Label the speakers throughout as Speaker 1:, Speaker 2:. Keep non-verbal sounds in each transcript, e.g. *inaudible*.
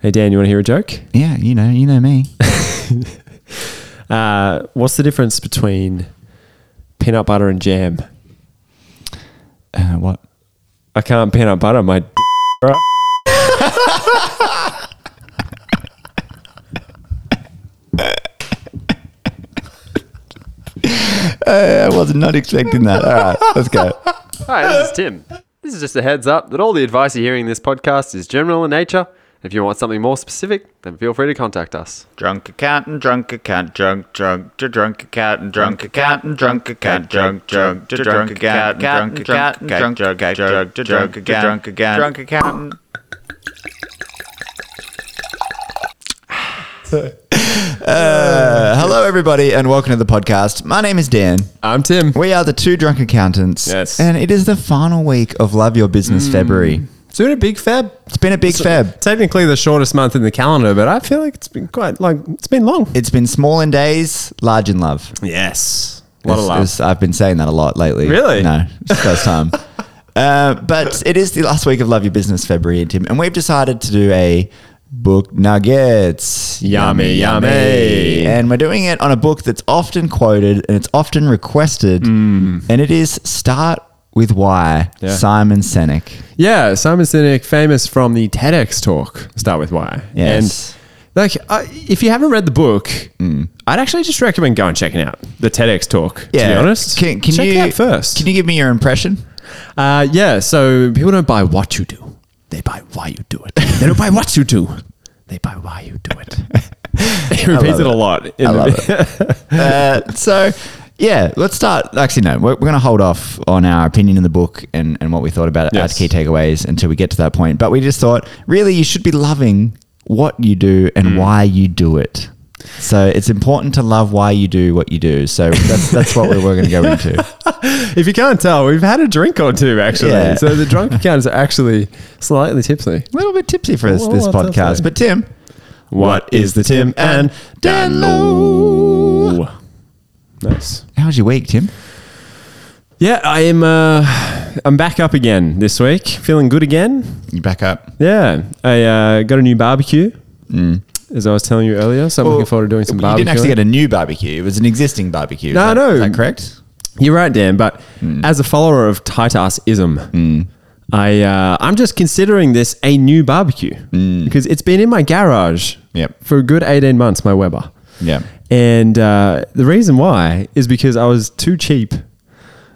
Speaker 1: Hey Dan, you want to hear a joke?
Speaker 2: Yeah, you know, you know *laughs* me.
Speaker 1: Uh, what's the difference between peanut butter and jam?
Speaker 2: Uh, what?
Speaker 1: I can't peanut butter my. D- right?
Speaker 2: I was not expecting that. All right, let's *laughs* go. Uh,
Speaker 3: Hi, this is Tim. This is just a heads up that all the advice you hear in this podcast is general in nature. If you want something more specific, then feel free to contact us.
Speaker 4: Drunk accountant, drunk account, drunk, drunk, to drunk accountant, drunk accountant, drunk account, drunk, drunk, to drunk accountant, drunk accountant, drunk, drunk, drunk, to drunk again, drunk again, drunk accountant.
Speaker 2: Uh, hello, everybody, and welcome to the podcast. My name is Dan.
Speaker 1: I'm Tim.
Speaker 2: We are the two drunk accountants.
Speaker 1: Yes.
Speaker 2: And it is the final week of Love Your Business February.
Speaker 1: Doing a big fab.
Speaker 2: It's been a big feb.
Speaker 1: Technically the shortest month in the calendar, but I feel like it's been quite like it's been long.
Speaker 2: It's been small in days, large in love.
Speaker 1: Yes, a lot of
Speaker 2: It's-
Speaker 1: love.
Speaker 2: it's- I've been saying that a lot lately.
Speaker 1: Really?
Speaker 2: No, it's the first *laughs* time. Uh, but it is the last week of Love Your Business February, Tim, and we've decided to do a book nuggets.
Speaker 1: Yummy, yummy.
Speaker 2: And we're doing it on a book that's often quoted and it's often requested, and it is Start with Why,
Speaker 1: Mm. Yeah.
Speaker 2: Simon Sinek.
Speaker 1: Yeah, Simon Sinek, famous from the TEDx talk. Start with why.
Speaker 2: Yes. Mm.
Speaker 1: And like, I if you haven't read the book, I'd actually just recommend going and checking out the TEDx talk. To be honest,
Speaker 2: can, can
Speaker 1: check
Speaker 2: you
Speaker 1: it out first.
Speaker 2: Can you give me
Speaker 1: *laughs*
Speaker 2: your impression?
Speaker 1: uh, yeah. So people don't buy what you do; they buy why you do it. They don't buy what you do; they buy why you do
Speaker 2: *laughs*
Speaker 1: it. he repeats
Speaker 2: love
Speaker 1: it a
Speaker 2: it.
Speaker 1: lot. in
Speaker 2: I
Speaker 1: the-
Speaker 2: love it. uh, so, yeah, let's start. Actually, no, we're, we're going to hold off on our opinion in the book and, and what we thought about it
Speaker 1: Yes.
Speaker 2: as key takeaways until we get to that point. But we just thought, really, you should be loving what you do and
Speaker 1: Mm.
Speaker 2: why you do it. So it's important to love why you do what you do. So that's, that's what we we're going to go
Speaker 1: *laughs*
Speaker 2: into.
Speaker 1: if you can't tell, we've had a drink or two actually.
Speaker 2: Yeah.
Speaker 1: So the drunk account is actually slightly tipsy.
Speaker 2: A little bit tipsy for this,
Speaker 1: Well,
Speaker 2: this
Speaker 1: that's okay.
Speaker 2: podcast. But Tim,
Speaker 1: What is the Tim and Dan Low? Nice.
Speaker 2: how was your week, Tim?
Speaker 1: Yeah, I am. Uh, I'm back up again this week, feeling good again.
Speaker 2: You back up.
Speaker 1: Yeah, I uh, got a new barbecue, as I was telling you earlier. So I'm looking forward to doing some
Speaker 2: Mm. you
Speaker 1: barbecue.
Speaker 2: didn't actually get a new barbecue. It was an existing barbecue. Is
Speaker 1: No,
Speaker 2: that-
Speaker 1: no.
Speaker 2: Is that correct?
Speaker 1: You're right, Dan. But
Speaker 2: Mm.
Speaker 1: as a follower of Titusism, I uh, I'm just considering this a new barbecue because it's been in my garage
Speaker 2: Mm. Yep.
Speaker 1: for a good 18 months. My Weber.
Speaker 2: Yeah.
Speaker 1: And uh, the reason why is because I was too cheap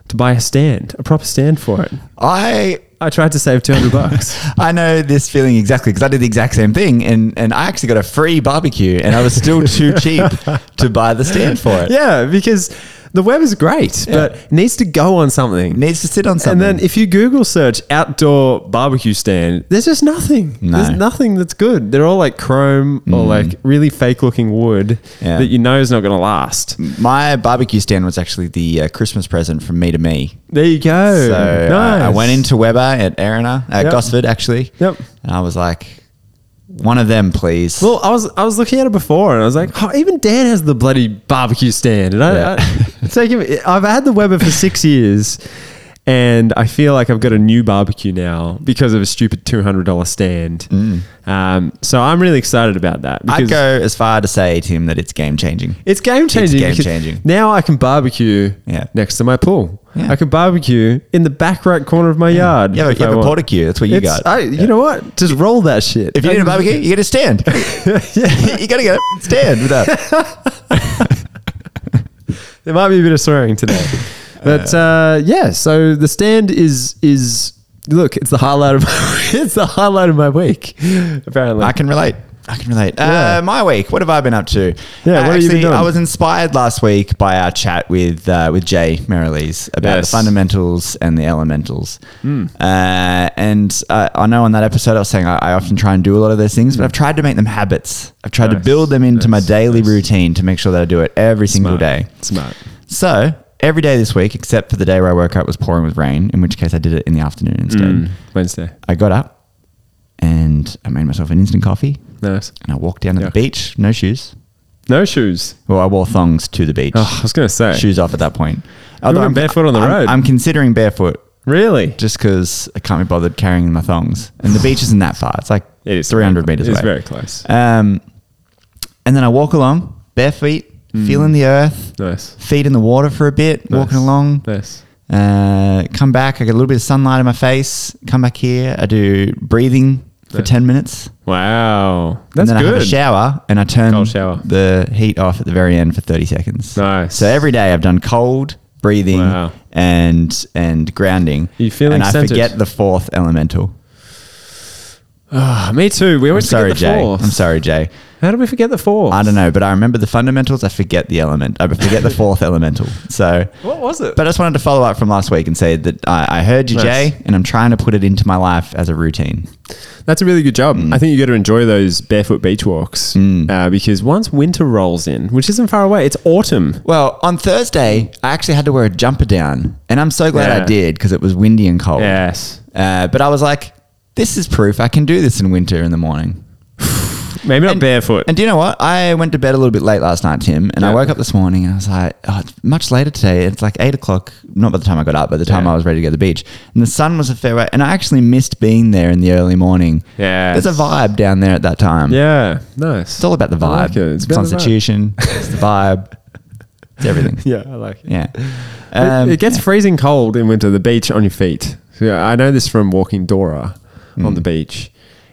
Speaker 1: to buy a stand, a proper stand for it.
Speaker 2: I
Speaker 1: I tried to save
Speaker 2: *laughs*
Speaker 1: 200 bucks.
Speaker 2: I know this feeling exactly because I did the exact same thing, and, and I actually got a free barbecue, and I was still
Speaker 1: *laughs*
Speaker 2: too cheap to buy the stand for it.
Speaker 1: yeah, because the web is great, but it needs to go on something.
Speaker 2: It needs to sit on
Speaker 1: and
Speaker 2: something.
Speaker 1: then if you Google search outdoor barbecue stand, there's just nothing.
Speaker 2: No. Mm.
Speaker 1: There's nothing that's good. They're all like chrome or like really fake looking wood
Speaker 2: Yeah. Mm.
Speaker 1: that you know is not going to last.
Speaker 2: my barbecue stand was actually the uh, Christmas present from me to me.
Speaker 1: There you go.
Speaker 2: So I- I,
Speaker 1: Nice.
Speaker 2: went into Weber at Erina, at
Speaker 1: Yep.
Speaker 2: Gosford actually.
Speaker 1: Yep.
Speaker 2: And I was like, one of them, please.
Speaker 1: Well, I was I was looking at it before, and I was like, oh, even Dan has the bloody barbecue stand, and I,
Speaker 2: Yeah.
Speaker 1: I take him. I've had the Weber for six years, and I feel like I've got a new barbecue now because of a stupid two hundred dollar stand. Um, so I'm really excited about that
Speaker 2: Mm. I'd
Speaker 1: because
Speaker 2: go as far to say, Tim, that it's game changing.
Speaker 1: it's game changing.
Speaker 2: game
Speaker 1: because
Speaker 2: changing.
Speaker 1: Now I can barbecue
Speaker 2: Yeah.
Speaker 1: next to my pool.
Speaker 2: Yeah.
Speaker 1: I can barbecue in the back right corner of my yard.
Speaker 2: Yeah, but
Speaker 1: if
Speaker 2: you
Speaker 1: I
Speaker 2: have a
Speaker 1: want.
Speaker 2: porticue. That's what you
Speaker 1: It's-
Speaker 2: got.
Speaker 1: I, You know what? Just roll that shit.
Speaker 2: If you need a barbecue, you get a
Speaker 1: *laughs*
Speaker 2: stand. *laughs*
Speaker 1: yeah.
Speaker 2: you got to get a stand with that.
Speaker 1: There might be a bit of swearing *laughs* today, but uh, yeah. So the stand is is look. It's the highlight of *laughs* it's the highlight of my week. Apparently,
Speaker 2: I can relate. I can relate.
Speaker 1: Yeah.
Speaker 2: Uh, my week. What have I been up to?
Speaker 1: Yeah,
Speaker 2: Uh,
Speaker 1: what have you been doing?
Speaker 2: I was inspired last week by our chat with uh, with Jay Merrilies about
Speaker 1: Yes. Hmm.
Speaker 2: the fundamentals and the elementals. Uh, and uh, I know on that episode I was saying I, I often try and do a lot of those things, but I've tried to make them habits. I've tried
Speaker 1: Nice.
Speaker 2: to build them into my
Speaker 1: Nice.
Speaker 2: daily routine to make sure that I do it every
Speaker 1: smart.
Speaker 2: single day.
Speaker 1: Smart.
Speaker 2: So every day this week, except for the day where I woke up, was pouring with rain. In which case, I did it in the afternoon instead.
Speaker 1: Mm. Wednesday.
Speaker 2: I got up and I made myself an instant coffee
Speaker 1: Nice.
Speaker 2: and I walked down to
Speaker 1: Yeah.
Speaker 2: the beach, no shoes.
Speaker 1: No shoes.
Speaker 2: Well, I wore thongs to the beach,
Speaker 1: Oh, I was gonna say
Speaker 2: shoes off at that point.
Speaker 1: went barefoot on the
Speaker 2: I'm-
Speaker 1: road.
Speaker 2: I'm considering barefoot
Speaker 1: Really?
Speaker 2: just because I can't be bothered carrying my thongs, and the beach isn't that far. It's like
Speaker 1: It is
Speaker 2: 300 meters
Speaker 1: It's
Speaker 2: away.
Speaker 1: very close.
Speaker 2: Um, and then I walk along bare feet, feeling the earth,
Speaker 1: Nice.
Speaker 2: feet in the water for a bit, walking
Speaker 1: Mm. Nice.
Speaker 2: along.
Speaker 1: Nice.
Speaker 2: Uh, come back, I get a little bit of sunlight in my face. Come back here, I do breathing for
Speaker 1: Nice.
Speaker 2: 10 minutes.
Speaker 1: Wow. That's
Speaker 2: and then I have
Speaker 1: good.
Speaker 2: a shower and I turn
Speaker 1: Cold shower.
Speaker 2: the heat off at the very end for 30 seconds.
Speaker 1: Nice.
Speaker 2: So every day I've done cold, breathing,
Speaker 1: Wow.
Speaker 2: and and grounding.
Speaker 1: You feeling
Speaker 2: And
Speaker 1: centered?
Speaker 2: I forget the fourth elemental.
Speaker 1: Ah, me too. We
Speaker 2: I'm
Speaker 1: always
Speaker 2: sorry,
Speaker 1: forget the
Speaker 2: Jay.
Speaker 1: fourth.
Speaker 2: I'm sorry, Jay.
Speaker 1: How do we forget the fourth?
Speaker 2: I don't know, but I remember the fundamentals. I forget the element. I
Speaker 1: *laughs*
Speaker 2: forget the fourth elemental. So,
Speaker 1: What was it?
Speaker 2: but I just wanted to follow up from last week and say that I, I heard you,
Speaker 1: Nice.
Speaker 2: Jay, and I'm trying to put it into my life as a routine.
Speaker 1: That's a really good job. I think you got to enjoy those barefoot beach walks uh, because once winter rolls in, which isn't far away, it's autumn.
Speaker 2: Well, on Thursday, I actually had to wear a jumper down, and I'm so glad
Speaker 1: Yeah.
Speaker 2: I did because it was windy and cold.
Speaker 1: Yes.
Speaker 2: Uh, but I was like, this is proof I can do this in winter in the morning.
Speaker 1: Maybe not barefoot.
Speaker 2: And do you know what? I went to bed a little bit late last night, Tim, and I
Speaker 1: Yeah.
Speaker 2: woke up this morning and I was like, oh, it's much later today. It's like eight o'clock, not by the time I got up, but the time
Speaker 1: Yeah.
Speaker 2: I was ready to go to the beach. And the sun was a fair way, and I actually missed being there in the early morning.
Speaker 1: Yes.
Speaker 2: There's a vibe down there at that time.
Speaker 1: yeah. Nice.
Speaker 2: It's all about the vibe.
Speaker 1: like it. It's
Speaker 2: It's,
Speaker 1: about the vibe.
Speaker 2: constitution, it's the vibe, it's everything.
Speaker 1: *laughs* Yeah, I like it.
Speaker 2: Yeah.
Speaker 1: It-
Speaker 2: Um,
Speaker 1: it, gets freezing cold in winter. The beach on your feet. So, yeah, I know this from walking Dora on the
Speaker 2: Mm.
Speaker 1: beach,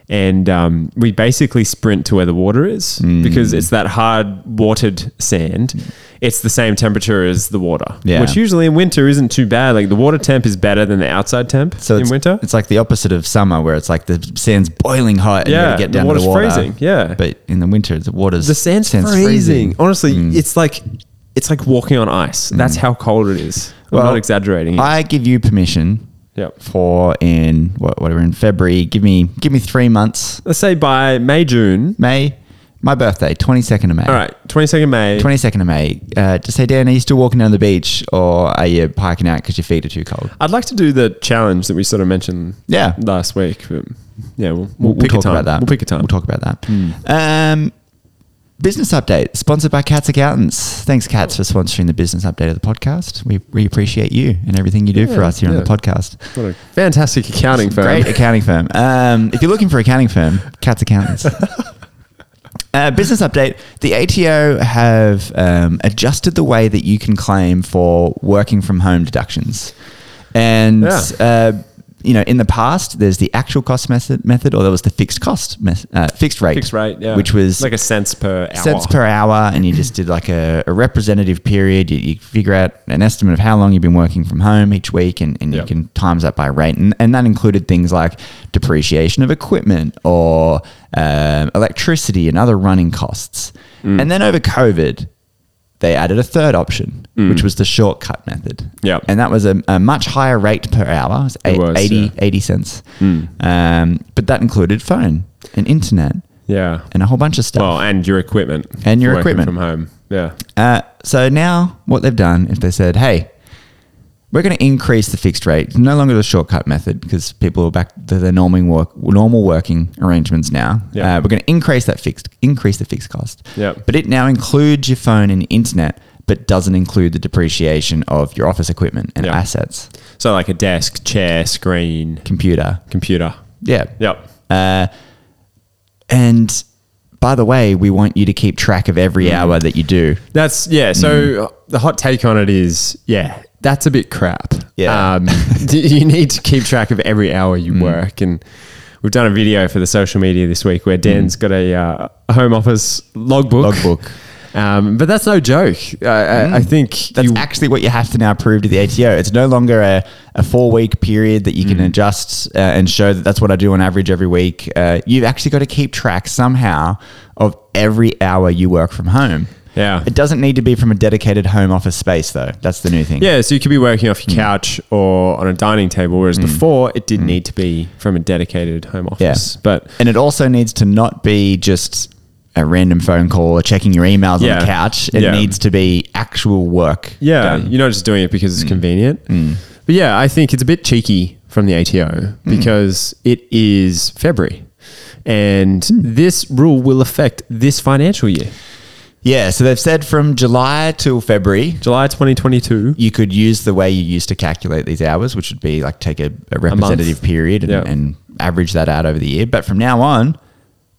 Speaker 1: and um, we basically sprint to where the water is
Speaker 2: Mm.
Speaker 1: because it's that hard watered sand. It's the same temperature as the water,
Speaker 2: Yeah.
Speaker 1: which usually in winter isn't too bad. Like the water temp is better than the outside temp
Speaker 2: So
Speaker 1: in
Speaker 2: it's,
Speaker 1: winter.
Speaker 2: it's like the opposite of summer, where it's like the sand's boiling hot. and you
Speaker 1: Yeah,
Speaker 2: gotta get
Speaker 1: the
Speaker 2: down to
Speaker 1: water's
Speaker 2: the water.
Speaker 1: freezing, yeah.
Speaker 2: but in the winter, the water's
Speaker 1: the sand's, freezing. Oh, Honestly,
Speaker 2: Mm.
Speaker 1: it's like it's like walking on ice. That's how cold it is. I'm
Speaker 2: Well,
Speaker 1: not exaggerating.
Speaker 2: I give you permission.
Speaker 1: Yep.
Speaker 2: For in what whatever in February, give me give me three months.
Speaker 1: Let's say by May June.
Speaker 2: May, my birthday, twenty second of May.
Speaker 1: All right, twenty second May.
Speaker 2: Twenty second of May. Uh, just say, Dan, are you still walking down the beach, or are you hiking out because your feet are too cold?
Speaker 1: I'd like to do the challenge that we sort of mentioned
Speaker 2: Yeah.
Speaker 1: last week. But yeah, we'll, we'll,
Speaker 2: We'll,
Speaker 1: pick
Speaker 2: talk
Speaker 1: a time.
Speaker 2: about that.
Speaker 1: We'll pick a time. Hmm.
Speaker 2: We'll talk about that. Um, business update sponsored by Cats Accountants. Thanks, Cats, for sponsoring the business update of the podcast. We, we appreciate you and everything you do for
Speaker 1: Yeah,
Speaker 2: us here on
Speaker 1: yeah.
Speaker 2: the podcast.
Speaker 1: What a fantastic accounting firm.
Speaker 2: Great accounting firm. Um, if you're looking for accounting firm,
Speaker 1: *laughs*
Speaker 2: Cats Accountants. Uh, business update. The ATO have um, adjusted the way that you can claim for working from home deductions. And,
Speaker 1: Yeah.
Speaker 2: uh, you know, in the past, there's the actual cost method, method or there was the fixed cost, mes- uh, fixed rate.
Speaker 1: Fixed rate, yeah.
Speaker 2: Which was
Speaker 1: like a cents per hour.
Speaker 2: cents per hour. And you just did like a, a representative period. You, you figure out an estimate of how long you've been working from home each week and, and
Speaker 1: Yep.
Speaker 2: you can times that by rate. And, and that included things like depreciation of equipment or um, electricity and other running costs.
Speaker 1: Mm.
Speaker 2: And then over COVID, they added a third option, which was the shortcut method.
Speaker 1: Mm. Yep.
Speaker 2: And that was a, a much higher rate per hour, it was eight-
Speaker 1: was,
Speaker 2: 80,
Speaker 1: yeah. Mm.
Speaker 2: 80 cents. Um, but that included phone and internet
Speaker 1: Yeah.
Speaker 2: and a whole bunch of stuff.
Speaker 1: Well, and your equipment.
Speaker 2: And your
Speaker 1: Working
Speaker 2: equipment.
Speaker 1: from home. Yeah.
Speaker 2: Uh, so now what they've done is they said, hey, we're going to increase the fixed rate. No longer the shortcut method because people are back to their normal work, normal working arrangements now.
Speaker 1: Yeah.
Speaker 2: Uh, we're going to increase that fixed, increase the fixed cost.
Speaker 1: Yep.
Speaker 2: But it now includes your phone and internet, but doesn't include the depreciation of your office equipment and
Speaker 1: Yeah.
Speaker 2: assets,
Speaker 1: So like a desk, chair, screen,
Speaker 2: computer.
Speaker 1: computer.
Speaker 2: Yeah.
Speaker 1: Yep.
Speaker 2: Uh, and by the way, we want you to keep track of
Speaker 1: Mm.
Speaker 2: every hour that you do.
Speaker 1: That's yeah.
Speaker 2: Hmm.
Speaker 1: So uh, the hot take on it is yeah, that's a bit crap.
Speaker 2: Yeah. Hmm.
Speaker 1: um, *laughs* d- you need to keep track of every hour you work, and we've done a video for the social media this week where Dan's got a, uh, a home office logbook.
Speaker 2: Hmm. Logbook. Hmm.
Speaker 1: Um, but that's no joke. I, I, I think
Speaker 2: That's
Speaker 1: you-
Speaker 2: actually what you have to now prove to the ATO. It's no longer a, a four week period that you
Speaker 1: Mm-hmm.
Speaker 2: can adjust uh, and show that that's what I do on average every week. Uh, you've actually got to keep track somehow of every hour you work from home.
Speaker 1: Yeah.
Speaker 2: It doesn't need to be from a dedicated home office space, though. That's the new thing.
Speaker 1: yeah, so you could be working off
Speaker 2: Hmm.
Speaker 1: your couch or on a dining table, whereas before it did need to be from a dedicated home office. But
Speaker 2: And it also needs to not be just a random phone call or checking your emails on
Speaker 1: Yeah.
Speaker 2: the couch. It
Speaker 1: Yeah.
Speaker 2: needs to be actual work.
Speaker 1: Yeah,
Speaker 2: done.
Speaker 1: you're not just doing it because it's convenient. But yeah, I think it's a bit cheeky from the ATO because it is February. And this rule will affect this financial year.
Speaker 2: Yeah, so they've said from July till February,
Speaker 1: July 2022.
Speaker 2: you could use the way you used to calculate these hours, which would be like take a, a representative period and,
Speaker 1: Yeah.
Speaker 2: and average that out over the year. But from now on,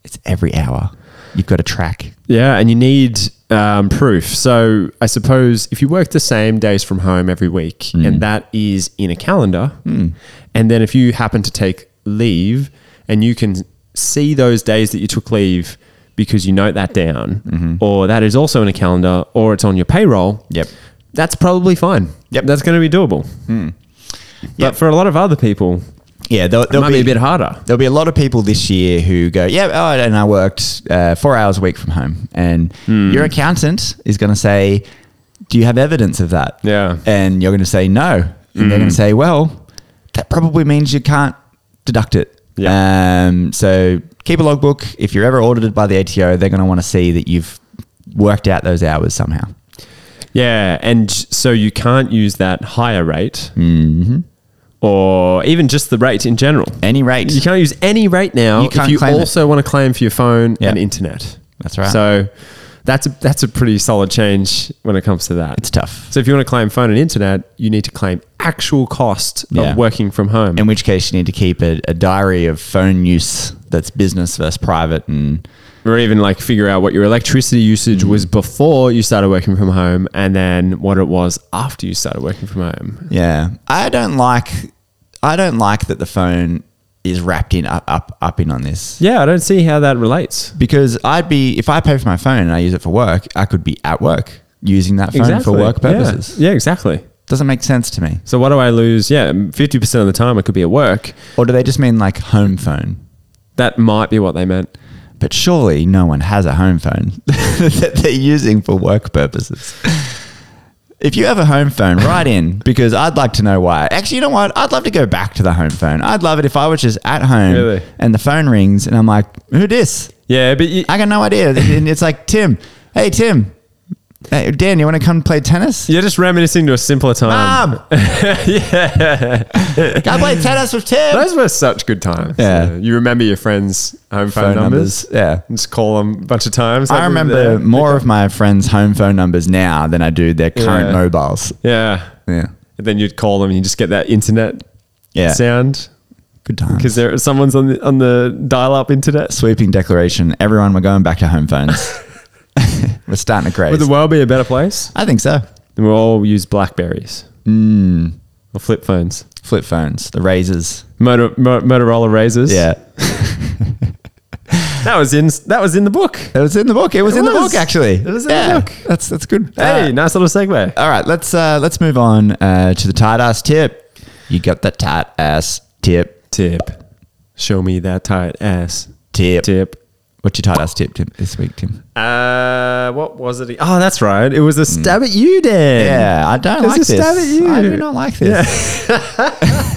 Speaker 2: it's every hour. You've got to track.
Speaker 1: Yeah, and you need um, proof. So I suppose if you work the same days from home every week,
Speaker 2: Mm.
Speaker 1: and that is in a calendar,
Speaker 2: Hmm.
Speaker 1: and then if you happen to take leave and you can see those days that you took leave because you note that down, or that is also in a calendar, or it's on your payroll.
Speaker 2: Mm-hmm. Yep.
Speaker 1: That's probably fine.
Speaker 2: Yep. Hmm.
Speaker 1: That's going to be doable.
Speaker 2: Yep.
Speaker 1: But for a lot of other people,
Speaker 2: Yeah, there'll,
Speaker 1: it
Speaker 2: there'll
Speaker 1: might be, a bit harder.
Speaker 2: There'll be a lot of people this year who go, yeah, oh, and I worked uh, four hours a week from home. And
Speaker 1: Hmm.
Speaker 2: your accountant is going to say, do you have evidence of that?
Speaker 1: Yeah. Hmm.
Speaker 2: And you're going to say no. And they're going to say, well, that probably means you can't deduct it.
Speaker 1: Yeah.
Speaker 2: Um, so keep a logbook. If you're ever audited by the ATO, they're going to want to see that you've worked out those hours somehow.
Speaker 1: Yeah, and so you can't use that higher rate
Speaker 2: Mm-hmm.
Speaker 1: or even just the rate in general.
Speaker 2: Any rate.
Speaker 1: You can't use any rate now
Speaker 2: You can't
Speaker 1: if you
Speaker 2: claim it.
Speaker 1: also want to claim for your phone
Speaker 2: Yeah.
Speaker 1: and internet.
Speaker 2: That's right.
Speaker 1: So that's a, that's a pretty solid change when it comes to that.
Speaker 2: it's tough.
Speaker 1: so if you want to claim phone and internet, you need to claim actual cost
Speaker 2: Yeah.
Speaker 1: of working from home.
Speaker 2: In which case, you need to keep a, a diary of phone use that's business versus private and
Speaker 1: or even like figure out what your electricity
Speaker 2: Mm.
Speaker 1: usage was before you started working from home and then what it was after you started working from home.
Speaker 2: Yeah, I don't like. I don't like that the phone is wrapped in up up, up in on this
Speaker 1: Yeah, I don't see how that relates.
Speaker 2: because I'd be if I pay for my phone and I use it for work, I could be at work using that phone for work
Speaker 1: Yeah.
Speaker 2: purposes.
Speaker 1: Yeah, exactly.
Speaker 2: Doesn't make sense to me.
Speaker 1: So what do I lose? Yeah, 50% of the time I could be at work.
Speaker 2: Or do they just mean like home phone?
Speaker 1: That might be what they meant.
Speaker 2: But surely no one has a home phone *laughs* that they're using for work purposes. If you have a home phone, write in because I'd like to know why. Actually, you know what? I'd love to go back to the home phone. I'd love it if I was just at home
Speaker 1: Really?
Speaker 2: and the phone rings and I'm like, who dis?
Speaker 1: Yeah, but you,
Speaker 2: I got no idea. And it's like, Tim, hey, Tim, hey, Dan, you want to come play tennis?
Speaker 1: you're just reminiscing to a simpler time. *laughs*
Speaker 2: Mom, yeah. Go play tennis with Tim.
Speaker 1: Those were such good times.
Speaker 2: Yeah.
Speaker 1: You remember your friends' home phone, numbers.
Speaker 2: Yeah.
Speaker 1: Just call them a bunch of times.
Speaker 2: I remember more of my friends' home phone numbers now than I do their current
Speaker 1: Yeah.
Speaker 2: mobiles.
Speaker 1: Yeah.
Speaker 2: Yeah.
Speaker 1: And then you'd call them and you just get that internet
Speaker 2: Yeah.
Speaker 1: sound
Speaker 2: Good times.
Speaker 1: because there someone's on the on the dial up internet.
Speaker 2: Sweeping declaration. Everyone, we're going back to home phones. *laughs* we're starting to craze.
Speaker 1: Would the world be a better place?
Speaker 2: I think so.
Speaker 1: Then we'll all use Blackberries
Speaker 2: Hmm.
Speaker 1: or flip phones,
Speaker 2: Flip phones, the razors.
Speaker 1: Motor, Mo- Motorola Razors.
Speaker 2: Yeah.
Speaker 1: that was in that was in the book.
Speaker 2: It was in the book. It was
Speaker 1: It
Speaker 2: in the
Speaker 1: was.
Speaker 2: book, actually.
Speaker 1: It was in the book.
Speaker 2: That's, that's good.
Speaker 1: Hey,
Speaker 2: Uh,
Speaker 1: nice little segue.
Speaker 2: All right, let's uh, let's move on uh, to the tight ass tip. You got the tight ass tip.
Speaker 1: Tip, show me that tight ass.
Speaker 2: Tip.
Speaker 1: Tip.
Speaker 2: What's your tight ass tip, Tim, this week, Tim?
Speaker 1: Uh, what was it? Oh, that's right. It was a stab at you, Dan.
Speaker 2: Mm. Yeah, I don't
Speaker 1: It's
Speaker 2: like
Speaker 1: Um, a
Speaker 2: this.
Speaker 1: stab at you.
Speaker 2: I do not like this.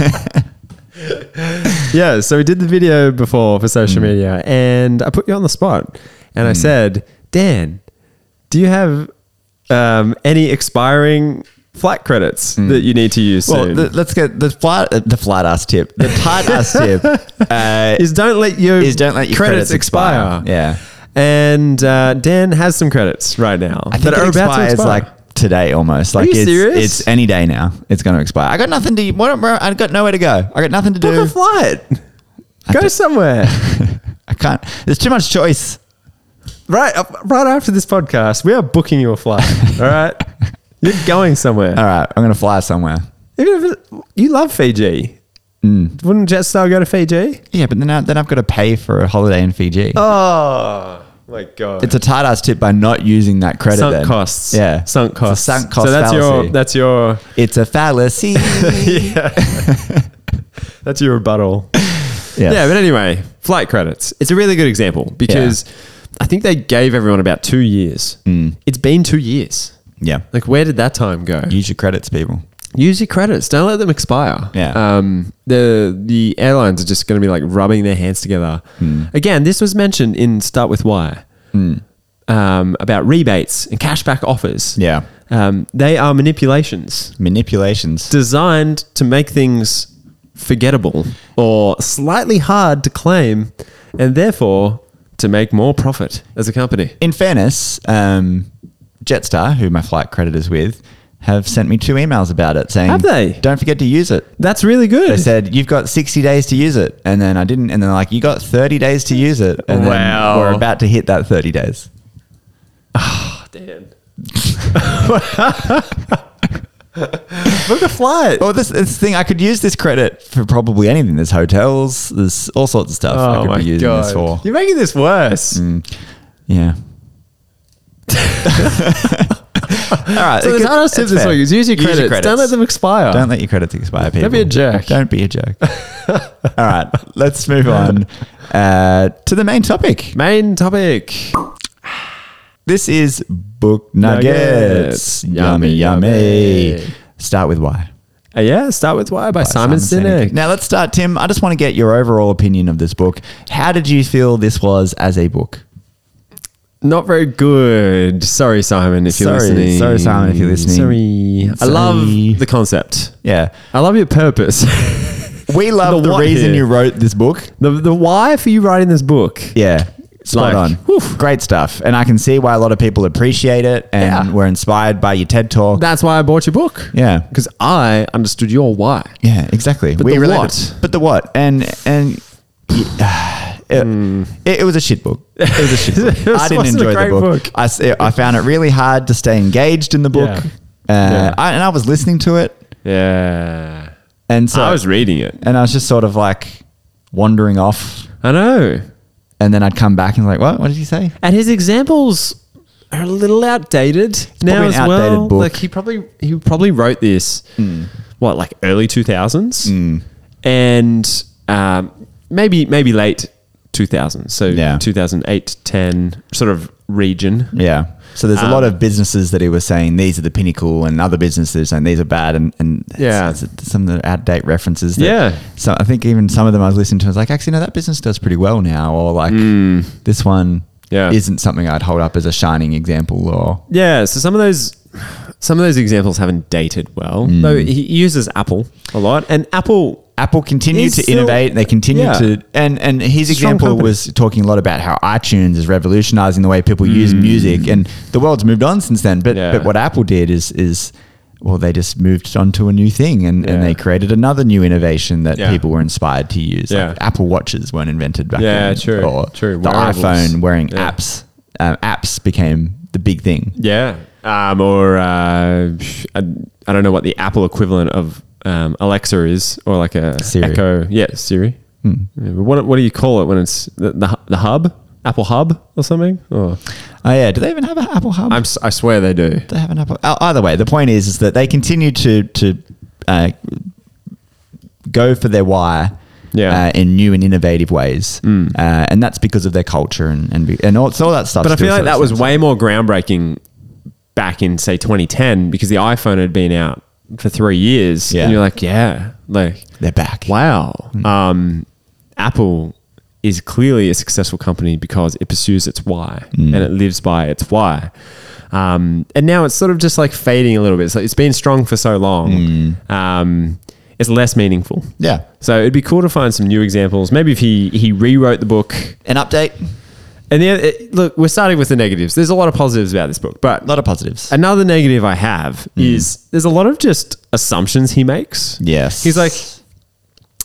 Speaker 1: Yeah. So we did the video before for social
Speaker 2: Mm.
Speaker 1: media, and I put you on the spot, and I said, Dan, do you have um, any expiring flight credits
Speaker 2: Mm.
Speaker 1: that you need to use
Speaker 2: Well,
Speaker 1: soon?
Speaker 2: the, let's get the flat uh, the flat ass tip. The tight ass tip
Speaker 1: *laughs*
Speaker 2: uh,
Speaker 1: is don't let your
Speaker 2: is don't let your credits, expire. Yeah,
Speaker 1: And uh, Dan has some credits right now
Speaker 2: I think it expires like today almost. Like
Speaker 1: you
Speaker 2: it's,
Speaker 1: serious?
Speaker 2: It's any day now. It's going to expire. I got nothing to. What, where- I got nowhere to go. I got nothing to
Speaker 1: Book
Speaker 2: do.
Speaker 1: a flight. Go somewhere.
Speaker 2: I can't. There's too much choice.
Speaker 1: *laughs* right, up- right after this podcast, we are booking you a *laughs* flight. all right, you're going somewhere.
Speaker 2: All right, I'm going to fly somewhere.
Speaker 1: Uh, Even if it, you love Fiji, wouldn't Jetstar go to Fiji?
Speaker 2: Yeah, but then I, then I've got to pay for a holiday in Fiji.
Speaker 1: Oh my god,
Speaker 2: It's a tight ass tip by not using that credit.
Speaker 1: sunk
Speaker 2: then.
Speaker 1: costs.
Speaker 2: Yeah,
Speaker 1: sunk
Speaker 2: It's a
Speaker 1: costs.
Speaker 2: sunk cost.
Speaker 1: So that's
Speaker 2: fallacy.
Speaker 1: your that's your
Speaker 2: it's a fallacy.
Speaker 1: that's your rebuttal.
Speaker 2: yeah.
Speaker 1: *laughs* Yeah, but anyway, flight credits. It's a really good example because I think they gave everyone about two years.
Speaker 2: Mm.
Speaker 1: It's been two years.
Speaker 2: yeah.
Speaker 1: Like, where did that time go?
Speaker 2: Use your credits, people.
Speaker 1: Use your credits. Don't let them expire.
Speaker 2: Yeah.
Speaker 1: Um, the the airlines are just going to be like rubbing their hands together.
Speaker 2: Mm.
Speaker 1: Again, this was mentioned in Start with Why um, about rebates and cashback offers.
Speaker 2: Yeah.
Speaker 1: Um, they are manipulations
Speaker 2: Manipulations.
Speaker 1: designed to make things forgettable or slightly hard to claim, and therefore to make more profit as a company.
Speaker 2: In fairness, um, Jetstar, who my flight credit is with, have sent me two emails about it saying,
Speaker 1: Have they? Hmm.
Speaker 2: Don't forget to use it.
Speaker 1: That's really good.
Speaker 2: They said, You've got 60 days to use it. And then I didn't. And then, like, you got 30 days to use it. And
Speaker 1: Wow.
Speaker 2: then we're about to hit that 30 days.
Speaker 1: Dan. Book a flight.
Speaker 2: Well, this, this thing, I could use this credit for probably anything. There's hotels, there's all sorts of stuff I
Speaker 1: Oh
Speaker 2: could
Speaker 1: my
Speaker 2: be using
Speaker 1: god!
Speaker 2: this for.
Speaker 1: You're making this worse.
Speaker 2: Mm.
Speaker 1: *laughs*
Speaker 2: Yeah. all right.
Speaker 1: So
Speaker 2: it
Speaker 1: there's
Speaker 2: could-
Speaker 1: other
Speaker 2: it's
Speaker 1: tips this
Speaker 2: fair.
Speaker 1: week. Use your credits. Don't let
Speaker 2: credits.
Speaker 1: them expire.
Speaker 2: Don't let your credits expire, people.
Speaker 1: Ah. Don't be a jerk.
Speaker 2: Don't be a jerk. All right,
Speaker 1: *laughs*
Speaker 2: let's move on uh, to the main topic.
Speaker 1: Main topic.
Speaker 2: This is book nuggets.
Speaker 1: Nuggets. Yummy,
Speaker 2: Yummy, yummy,
Speaker 1: yummy.
Speaker 2: Start with why.
Speaker 1: Uh, yeah, start with why by, Simon, Sinek.
Speaker 2: Now let's start, Tim. I just want to get your overall opinion of this book. How did you feel this was as a book?
Speaker 1: Not very good. Sorry, Simon, if you're
Speaker 2: Sorry.
Speaker 1: listening.
Speaker 2: Sorry, Simon, if you're listening.
Speaker 1: Sorry.
Speaker 2: Sorry.
Speaker 1: I love the concept.
Speaker 2: Yeah,
Speaker 1: I love your purpose. *laughs*
Speaker 2: we love the,
Speaker 1: what
Speaker 2: reason
Speaker 1: here?
Speaker 2: you wrote this book.
Speaker 1: the the why for you writing this book.
Speaker 2: Yeah. Spot
Speaker 1: Like,
Speaker 2: on.
Speaker 1: woof.
Speaker 2: Great stuff. And I can see why a lot of people appreciate it and
Speaker 1: Yeah.
Speaker 2: were inspired by your TED talk.
Speaker 1: That's why I bought your book.
Speaker 2: Yeah.
Speaker 1: Because I understood your why.
Speaker 2: Yeah, exactly.
Speaker 1: But the
Speaker 2: related-
Speaker 1: what?
Speaker 2: But the what? And and *sighs* it, it, it was a shit book. It was a shit book.
Speaker 1: Hmm. *laughs* This
Speaker 2: I didn't
Speaker 1: wasn't a
Speaker 2: enjoy the
Speaker 1: great
Speaker 2: book.
Speaker 1: book.
Speaker 2: I s- I found it really hard to stay engaged in the book.
Speaker 1: Yeah.
Speaker 2: Uh,
Speaker 1: Yeah.
Speaker 2: I, and I was listening to it,
Speaker 1: Yeah.
Speaker 2: and so
Speaker 1: I was reading it.
Speaker 2: and I was just sort of like wandering off,
Speaker 1: I know.
Speaker 2: and then I'd come back and like, what? What did he say?
Speaker 1: And his examples are a little outdated now
Speaker 2: probably
Speaker 1: as
Speaker 2: an outdated
Speaker 1: well.
Speaker 2: book. Hmm.
Speaker 1: Like he probably he probably wrote this what like early two thousands and um, maybe maybe late two thousands. So
Speaker 2: Yeah.
Speaker 1: 2008, 10 sort of region.
Speaker 2: Yeah. So there's a
Speaker 1: Um,
Speaker 2: lot of businesses that he was saying these are the pinnacle, and other businesses and these are bad, and and it's-
Speaker 1: Yeah.
Speaker 2: it's, some of the outdate references. That,
Speaker 1: Yeah.
Speaker 2: So I think even some of them I was listening to, I was like, actually, no, that business does pretty well now, or like this one
Speaker 1: Hmm. Yeah.
Speaker 2: isn't something I'd hold up as a shining example, or
Speaker 1: Yeah, so some of those some of those examples haven't dated well.
Speaker 2: Mm.
Speaker 1: Though he uses Apple a lot and Apple
Speaker 2: Apple continue
Speaker 1: He's
Speaker 2: to
Speaker 1: still-
Speaker 2: innovate and they continue
Speaker 1: Yeah.
Speaker 2: to and and his
Speaker 1: Strong
Speaker 2: example
Speaker 1: company.
Speaker 2: was talking a lot about how iTunes is revolutionizing the way people use music and the world's moved on since then but
Speaker 1: Mm. Yeah.
Speaker 2: but what Apple did is is well they just moved on to a new thing and, and
Speaker 1: Yeah.
Speaker 2: they created another new innovation that
Speaker 1: Yeah.
Speaker 2: people were inspired to use
Speaker 1: Yeah.
Speaker 2: like Apple watches weren't invented back
Speaker 1: Yeah,
Speaker 2: then
Speaker 1: true,
Speaker 2: or
Speaker 1: true.
Speaker 2: the
Speaker 1: Wearables.
Speaker 2: iPhone wearing
Speaker 1: Yeah.
Speaker 2: apps um, apps became the big thing
Speaker 1: Yeah. Um, or uh, sh- I, I don't know what the Apple equivalent of um, Alexa is, or like a
Speaker 2: Siri. Hmm.
Speaker 1: Echo. Yeah, Siri. Yeah, but What what do you call it when it's the the, hu- the hub? Apple Hub or something? Or
Speaker 2: oh yeah do they even have an Apple Hub
Speaker 1: I'm s- I swear they do.
Speaker 2: they have an Apple. e- Either way, the point is, is that they continue to to uh, go for their why.
Speaker 1: Yeah. Mm.
Speaker 2: Uh, in new and innovative ways, uh, and that's because of their culture and and, be, and all, so all that stuff.
Speaker 1: But I
Speaker 2: still
Speaker 1: feel like
Speaker 2: sort of
Speaker 1: that was
Speaker 2: sounds-
Speaker 1: way more groundbreaking back in say 2010 because the iPhone had been out for three years,
Speaker 2: Yeah.
Speaker 1: and you're like, yeah, like
Speaker 2: they're back.
Speaker 1: Wow. Um, Apple is clearly a successful company because it pursues its why and it lives by its why. Um, and now it's sort of just like fading a little bit. So it's been strong for so long. Um, it's less meaningful.
Speaker 2: Yeah,
Speaker 1: So it'd be cool to find some new examples. Maybe if he he rewrote the book.
Speaker 2: an update,
Speaker 1: And the other, it, look, we're starting with the negatives. There's a lot of positives about this book, but
Speaker 2: a lot of positives.
Speaker 1: Another negative I have is there's a lot of just assumptions he makes.
Speaker 2: Yes.
Speaker 1: He's like,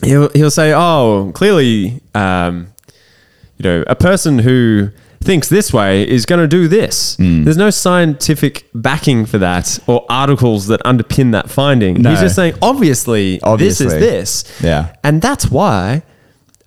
Speaker 1: he'll, he'll say, oh, clearly, um, you know, a person who thinks this way is going to do this.
Speaker 2: Mm.
Speaker 1: There's no scientific backing for that or articles that underpin that finding.
Speaker 2: No.
Speaker 1: He's just saying, obviously, this
Speaker 2: Obviously.
Speaker 1: is this.
Speaker 2: Yeah.
Speaker 1: And that's why.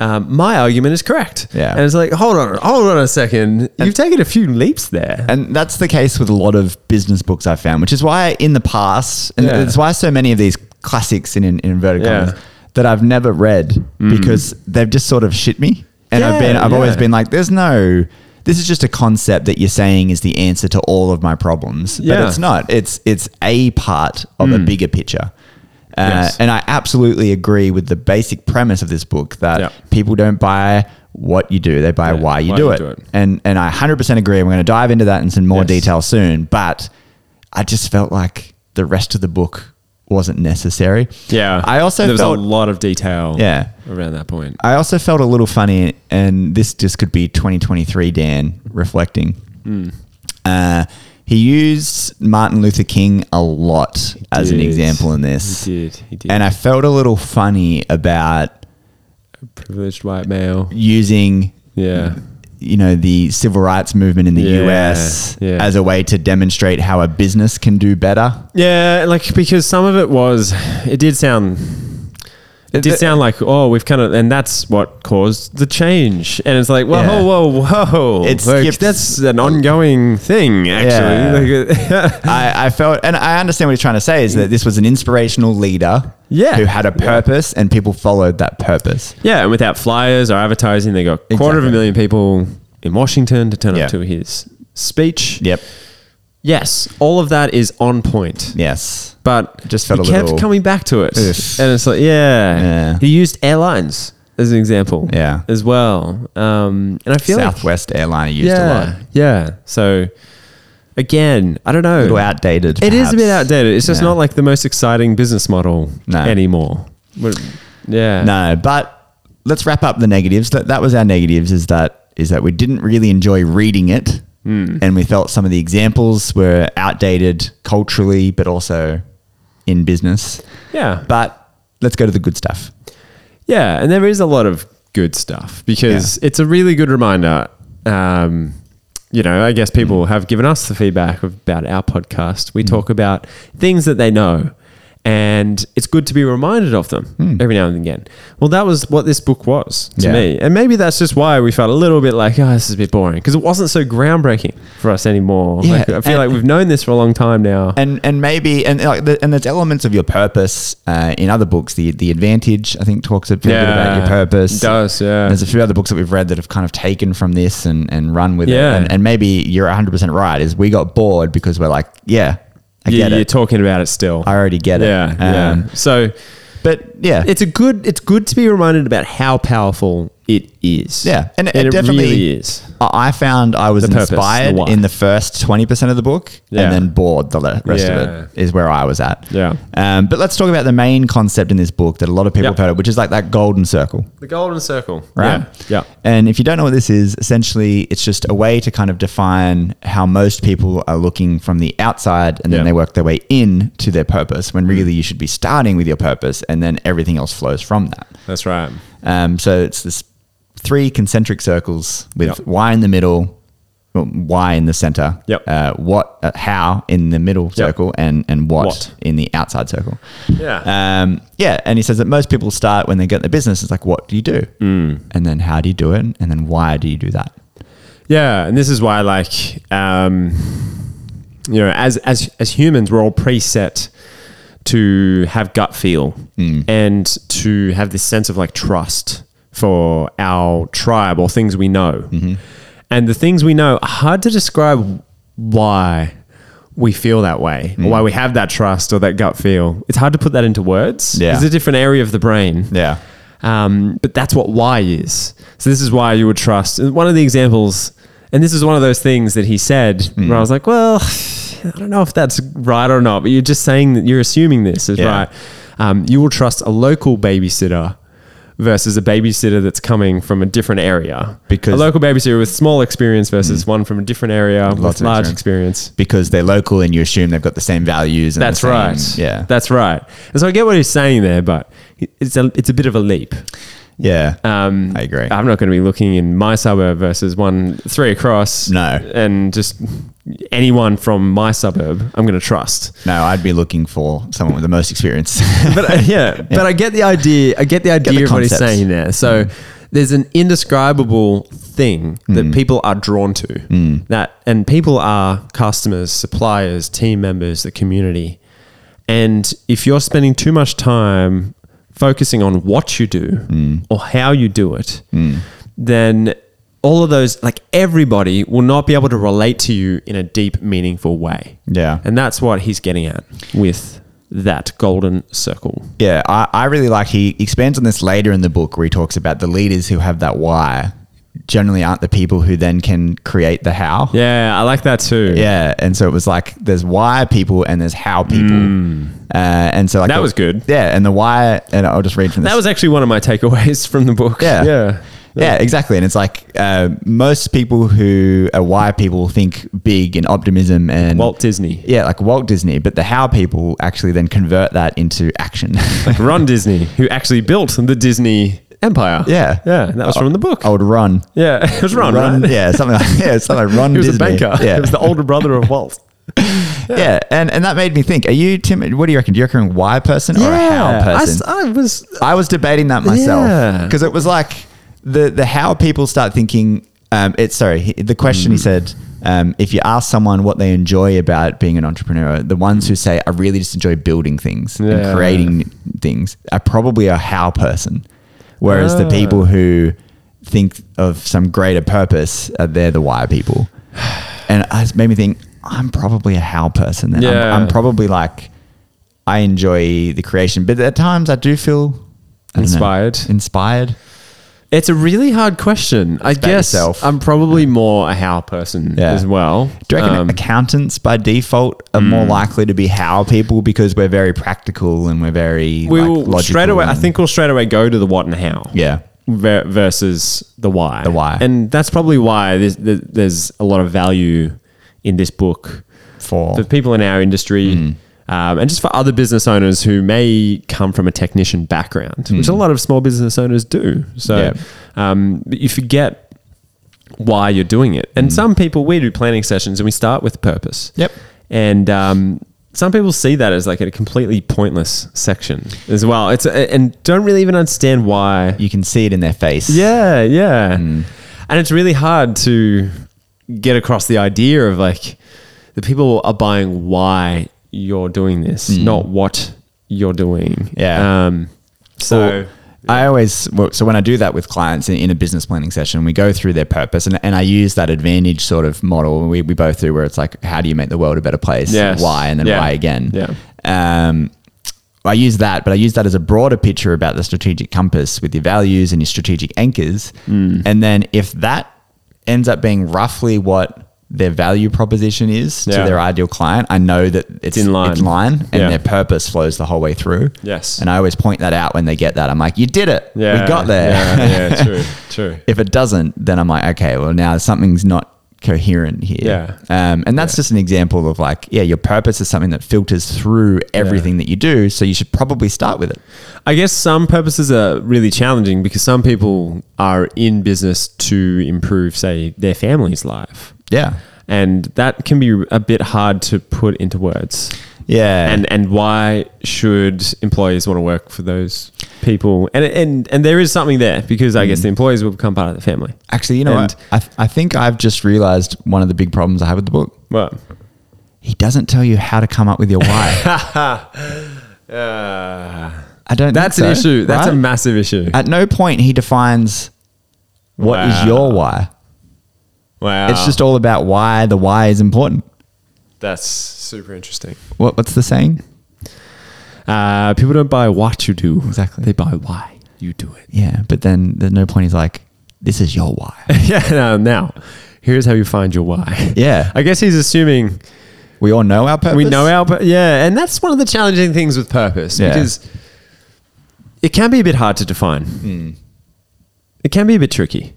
Speaker 1: Um, my argument is correct.
Speaker 2: Yeah.
Speaker 1: And it's like, hold on, hold on a second. You've taken a few leaps there.
Speaker 2: And that's the case with a lot of business books I've found, which is why in the past, and
Speaker 1: Yeah.
Speaker 2: it's why so many of these classics in, in inverted
Speaker 1: Yeah. Mm.
Speaker 2: commas that I've never read because they've just sort of shit me. And I've been,
Speaker 1: Yeah,
Speaker 2: I've always
Speaker 1: yeah.
Speaker 2: been like, there's no, this is just a concept that you're saying is the answer to all of my problems, but
Speaker 1: Yeah. Mm.
Speaker 2: it's not. It's it's a part of a bigger picture. Uh,
Speaker 1: Yes.
Speaker 2: And I absolutely agree with the basic premise of this book that
Speaker 1: Yeah.
Speaker 2: people don't buy what you do; they buy
Speaker 1: Yeah,
Speaker 2: why you, do, it. And and I 100% agree. And we're going to dive into that in some more
Speaker 1: Yes.
Speaker 2: detail soon. But I just felt like the rest of the book wasn't necessary.
Speaker 1: Yeah.
Speaker 2: I also
Speaker 1: there was
Speaker 2: felt-
Speaker 1: a lot of detail.
Speaker 2: Yeah.
Speaker 1: Around that point.
Speaker 2: I also felt a little funny, and this just could be 2023 Dan reflecting.
Speaker 1: Hmm.
Speaker 2: Uh, he used Martin Luther King a lot as an
Speaker 1: did.
Speaker 2: example in this.
Speaker 1: He did. He did.
Speaker 2: And I felt a little funny about
Speaker 1: Privileged white male.
Speaker 2: using
Speaker 1: Yeah.
Speaker 2: you know the civil rights movement in the
Speaker 1: Yeah,
Speaker 2: US
Speaker 1: yeah.
Speaker 2: as a way to demonstrate how a business can
Speaker 1: *laughs*
Speaker 2: do better.
Speaker 1: Yeah, like because some of it was, it did sound, it did
Speaker 2: Th-
Speaker 1: sound like oh we've kind of, and that's what caused the change. And it's like whoa,
Speaker 2: Yeah.
Speaker 1: whoa, whoa,
Speaker 2: It
Speaker 1: like,
Speaker 2: skips-
Speaker 1: that's an ongoing thing actually. *laughs* Yeah, like,
Speaker 2: I, I felt, and I understand what he's trying to say is that this was an inspirational leader
Speaker 1: Yeah.
Speaker 2: who had a purpose and people followed that purpose.
Speaker 1: yeah, and without flyers or advertising, they got a quarter of a
Speaker 2: Exactly.
Speaker 1: million people in Washington to turn
Speaker 2: Yeah.
Speaker 1: up to his speech.
Speaker 2: Yep.
Speaker 1: Yes, all of that is on point.
Speaker 2: Yes.
Speaker 1: But
Speaker 2: Just felt
Speaker 1: he
Speaker 2: a
Speaker 1: kept
Speaker 2: little-
Speaker 1: coming back to it,
Speaker 2: Oof.
Speaker 1: and it's like, yeah.
Speaker 2: Yeah.
Speaker 1: he used airlines as an example,
Speaker 2: Yeah.
Speaker 1: as well. Um, and I feel like,
Speaker 2: Southwest airline used a
Speaker 1: yeah,
Speaker 2: lot.
Speaker 1: yeah. So again, I don't know,
Speaker 2: A little outdated.
Speaker 1: It is a bit
Speaker 2: perhaps.
Speaker 1: outdated. It's just
Speaker 2: Yeah.
Speaker 1: not like the most exciting business model
Speaker 2: No.
Speaker 1: anymore. But- yeah,
Speaker 2: No, but let's wrap up the negatives. That that was our negatives. Is that is that we didn't really enjoy reading it,
Speaker 1: Hmm.
Speaker 2: and we felt some of the examples were outdated culturally, but also in business.
Speaker 1: yeah,
Speaker 2: But let's go to the good stuff.
Speaker 1: Yeah, and there is a lot of good stuff because it's a really good reminder. Um, you know, I guess
Speaker 2: Mm.
Speaker 1: people have given us the feedback of- about our podcast. We talk about things that they know, and it's good to be reminded of them every now and again. Well, that was what this book was to
Speaker 2: Hmm. Yeah.
Speaker 1: me, and maybe that's just why we felt a little bit like, oh, this is a bit boring because it wasn't so groundbreaking for us anymore.
Speaker 2: Yeah,
Speaker 1: like, I feel
Speaker 2: and-
Speaker 1: like we've known this for a long time now.
Speaker 2: and and maybe and like the, and there's elements of your purpose uh, in other books. The the advantage I think talks a fair bit about your
Speaker 1: Yeah,
Speaker 2: purpose.
Speaker 1: it does, yeah.
Speaker 2: There's a few other books that we've read that have kind of taken from this and and run with
Speaker 1: Yeah.
Speaker 2: it. And, and maybe you're 100 percent right. Is we got bored because we're like, yeah, I
Speaker 1: You-
Speaker 2: get
Speaker 1: You're
Speaker 2: it.
Speaker 1: talking about it still.
Speaker 2: I already get it.
Speaker 1: yeah,
Speaker 2: Um,
Speaker 1: yeah. So
Speaker 2: But yeah,
Speaker 1: it's a good it's good to be reminded about how powerful it is.
Speaker 2: Yeah, and it- it definitely-
Speaker 1: really is.
Speaker 2: I I found I was
Speaker 1: The purpose, the
Speaker 2: inspired
Speaker 1: why.
Speaker 2: in the first 20% of the book
Speaker 1: Yeah.
Speaker 2: and then bored the le- rest
Speaker 1: Yeah.
Speaker 2: of it is where I was at.
Speaker 1: Yeah.
Speaker 2: Um, but let's talk about the main concept in this book that a lot of people
Speaker 1: Yep.
Speaker 2: have heard of, which is like that golden circle.
Speaker 1: The golden circle,
Speaker 2: right?
Speaker 1: Yeah,
Speaker 2: And if you don't know what this is, essentially it's just a way to kind of define how most people are looking from the outside and
Speaker 1: Yeah. Mm.
Speaker 2: then they work their way in to their purpose when really you should be starting with your purpose and then everything else flows from that.
Speaker 1: that's right.
Speaker 2: Um, so it's this three concentric circles with
Speaker 1: Yep.
Speaker 2: Y in the middle, well, Y in the center,
Speaker 1: Yep.
Speaker 2: uh, what, uh, how in the middle circle, and and what,
Speaker 1: What.
Speaker 2: in the outside circle.
Speaker 1: Yeah.
Speaker 2: um, yeah. And he says that most people start when they get in the business. It's like, what do you do,
Speaker 1: Mm.
Speaker 2: and then how do you do it, and then why do you do that?
Speaker 1: Yeah, and this is why, like, um, you know, as as as humans, we're all preset to have gut feel and to have this sense of like trust for our tribe or things we know, and the things we know are hard to describe why we feel that way or why we have that trust or that gut feel. It's hard to put that into words.
Speaker 2: Yeah.
Speaker 1: it's a different area of the brain.
Speaker 2: Yeah.
Speaker 1: Um, but that's what why is. So this is why you would trust. And One of the examples, and this is one of those things that he said
Speaker 2: Hmm.
Speaker 1: where I was like, well, I don't know if that's right or not, but you're just saying that you're assuming this is
Speaker 2: Yeah.
Speaker 1: right. Um, you will trust a local babysitter versus a babysitter that's coming from a different area.
Speaker 2: Because- Hmm.
Speaker 1: a local babysitter with small experience versus one from a different area with
Speaker 2: Lots of
Speaker 1: large
Speaker 2: experience.
Speaker 1: experience.
Speaker 2: Because they're local, and you assume they've got the same values. And the
Speaker 1: That's
Speaker 2: same-
Speaker 1: right.
Speaker 2: Yeah.
Speaker 1: That's right. And so I get what he's saying there, but it's a, it's a bit of a leap.
Speaker 2: yeah.
Speaker 1: Um,
Speaker 2: I agree.
Speaker 1: I'm not going to be looking in my suburb versus one three across.
Speaker 2: No.
Speaker 1: and just anyone from my suburb, I'm going to trust.
Speaker 2: no, I'd be looking for someone with the most experience. *laughs*
Speaker 1: But uh, *laughs* yeah, but I get the idea. I get the idea of what he's
Speaker 2: concept.
Speaker 1: saying there.
Speaker 2: Mm.
Speaker 1: So there's an indescribable thing that
Speaker 2: Mm.
Speaker 1: people are drawn to. That and people are customers, suppliers, team members, the community. And if you're spending too much time focusing on what you do
Speaker 2: Mm.
Speaker 1: or how you do it, then all of those, like everybody, will not be able to relate to you in a deep, meaningful way.
Speaker 2: Yeah.
Speaker 1: And that's what he's getting at with that golden circle.
Speaker 2: Yeah, I, I really like he expands on this later in the book where he talks about the leaders who have that why generally aren't the people who then can create the how.
Speaker 1: Yeah, I like that too.
Speaker 2: Yeah, and so it was like there's why people and there's how people, uh, and so
Speaker 1: Hmm.
Speaker 2: like
Speaker 1: That
Speaker 2: the-
Speaker 1: was good.
Speaker 2: Yeah, and the why, and I'll just read from this.
Speaker 1: That was actually one of my takeaways *laughs* from the book.
Speaker 2: Yeah.
Speaker 1: Yeah.
Speaker 2: Yeah, exactly. And it's like uh, most people who are why people think big and optimism and
Speaker 1: Walt Disney.
Speaker 2: Yeah, like Walt Disney, but the how people actually then convert that into action. *laughs*
Speaker 1: Like Ron Disney, who actually built the Disney empire.
Speaker 2: Yeah. Oh.
Speaker 1: Yeah. That was from the book.
Speaker 2: I would run.
Speaker 1: Yeah. *laughs* It was Ron, right?
Speaker 2: Yeah, something like yeah, something like
Speaker 1: *laughs*
Speaker 2: Ron
Speaker 1: He was
Speaker 2: Disney.
Speaker 1: a banker.
Speaker 2: Yeah.
Speaker 1: He was the older brother of Walt.
Speaker 2: yeah. and and that made me think. Are you Tim? What do you reckon? Do you reckon why person *laughs* or a how
Speaker 1: I
Speaker 2: person?
Speaker 1: s- I was
Speaker 2: I was debating that myself
Speaker 1: Yeah.
Speaker 2: because it was like the the how people start thinking. Um, it's sorry. he- The question
Speaker 1: Hmm.
Speaker 2: he said, um, if you ask someone what they enjoy about being an entrepreneur, the ones who say I really just enjoy building things
Speaker 1: Yeah.
Speaker 2: and creating things are probably a how person, whereas the
Speaker 1: Ah.
Speaker 2: people who think of some greater purpose uh, they're the why people, *sighs* and I- it made me think I'm probably a how person. Then
Speaker 1: Yeah.
Speaker 2: I'm, I'm probably like I enjoy the creation, but at times I do feel I don't know,
Speaker 1: Inspired.
Speaker 2: inspired.
Speaker 1: It's a really hard question. I
Speaker 2: about
Speaker 1: guess
Speaker 2: yourself.
Speaker 1: I'm probably more a how person
Speaker 2: Yeah.
Speaker 1: as well.
Speaker 2: Do you reckon
Speaker 1: Um, mm.
Speaker 2: accountants by default are more likely to be how people because we're very practical and we're very
Speaker 1: we
Speaker 2: like,
Speaker 1: will
Speaker 2: logical
Speaker 1: straight away. I
Speaker 2: and-
Speaker 1: think we'll straight away go to the what and how.
Speaker 2: yeah,
Speaker 1: ver- versus the why. The
Speaker 2: why.
Speaker 1: and that's probably why there's there- there's a lot of value in this book
Speaker 2: for
Speaker 1: for people in our industry.
Speaker 2: Mm.
Speaker 1: Um, and just for other business owners who may come from a technician background, which a lot of small business owners do. So,
Speaker 2: Mm. Yeah.
Speaker 1: um, but you forget why you're doing it. And some people, we do planning sessions and we start with purpose.
Speaker 2: Mm. Yep.
Speaker 1: And um, some people see that as like a completely pointless section as well. It's and don't really even understand why
Speaker 2: you can see it in their face.
Speaker 1: yeah, yeah.
Speaker 2: Mm.
Speaker 1: And it's really hard to get across the idea of like the people are buying why you're doing this, not what you're doing.
Speaker 2: Mm. Yeah.
Speaker 1: Um, so
Speaker 2: Well, I always well, so when I do that with clients in, in a business planning session, we go through their purpose, and, and I use that advantage sort of model. We we both do where it's like, how do you make the world a better place?
Speaker 1: Yes.
Speaker 2: Why and then
Speaker 1: Yeah.
Speaker 2: why again?
Speaker 1: Yeah.
Speaker 2: Um, I use that, but I use that as a broader picture about the strategic compass with your values and your strategic anchors.
Speaker 1: Mm.
Speaker 2: And then if that ends up being roughly what their value proposition is
Speaker 1: Yeah.
Speaker 2: to their ideal client, I know that it's,
Speaker 1: in line.
Speaker 2: and
Speaker 1: Yeah.
Speaker 2: their purpose flows the whole way through.
Speaker 1: Yes.
Speaker 2: And I always point that out when they get that. I'm like, you did it.
Speaker 1: yeah,
Speaker 2: we got there.
Speaker 1: Yeah, yeah, true, true.
Speaker 2: *laughs* if it doesn't, then I'm like, okay, well now something's not coherent here.
Speaker 1: Yeah.
Speaker 2: Um, and that's just an example of like, yeah, your purpose is something that filters through everything that you do. So you should probably start with it.
Speaker 1: I guess some purposes are really challenging because some people are in business to improve, say, their family's life.
Speaker 2: Yeah.
Speaker 1: And that can be a bit hard to put into words.
Speaker 2: Yeah.
Speaker 1: and and why should employees want to work for those people? And and and there is something there because I guess the employees will become part of the family.
Speaker 2: actually, you know
Speaker 1: and-
Speaker 2: what? I, th- I think I've just realized one of the big problems I have with the book.
Speaker 1: Well,
Speaker 2: He doesn't tell you how to come up with your why.
Speaker 1: *laughs*
Speaker 2: I don't.
Speaker 1: that's
Speaker 2: think
Speaker 1: an
Speaker 2: so,
Speaker 1: issue. That's a
Speaker 2: right?
Speaker 1: massive issue.
Speaker 2: At no point he defines what is
Speaker 1: Wow.
Speaker 2: your why.
Speaker 1: Wow,
Speaker 2: It's just all about why the why is important.
Speaker 1: that's super interesting.
Speaker 2: What, what's the saying?
Speaker 1: Uh, people don't buy what you do
Speaker 2: Exactly.
Speaker 1: They buy why you do it.
Speaker 2: Yeah, but then there's no point. He's like, this is your
Speaker 1: *laughs*
Speaker 2: why.
Speaker 1: *laughs* yeah. Now, now, here's how you find your why.
Speaker 2: Yeah.
Speaker 1: *laughs* I guess he's assuming
Speaker 2: We all know our purpose.
Speaker 1: We know our, pur- yeah, and that's one of the challenging things with purpose
Speaker 2: Yeah.
Speaker 1: because it can be a bit hard to define. It can be a bit tricky.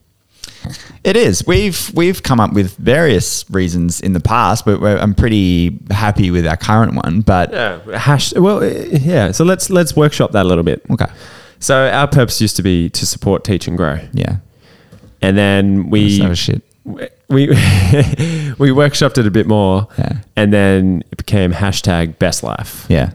Speaker 2: It is. We've we've come up with various reasons in the past, but we're, I'm pretty happy with our current one. But
Speaker 1: Yeah. Hash. Well, eh, yeah. So let's let's workshop that a little bit.
Speaker 2: okay,
Speaker 1: So our purpose used to be to support, teach, and grow,
Speaker 2: yeah,
Speaker 1: and then
Speaker 2: That's
Speaker 1: we
Speaker 2: not a shit.
Speaker 1: we we *laughs* workshopped it a bit more,
Speaker 2: Yeah.
Speaker 1: and then it became hashtag best life.
Speaker 2: yeah.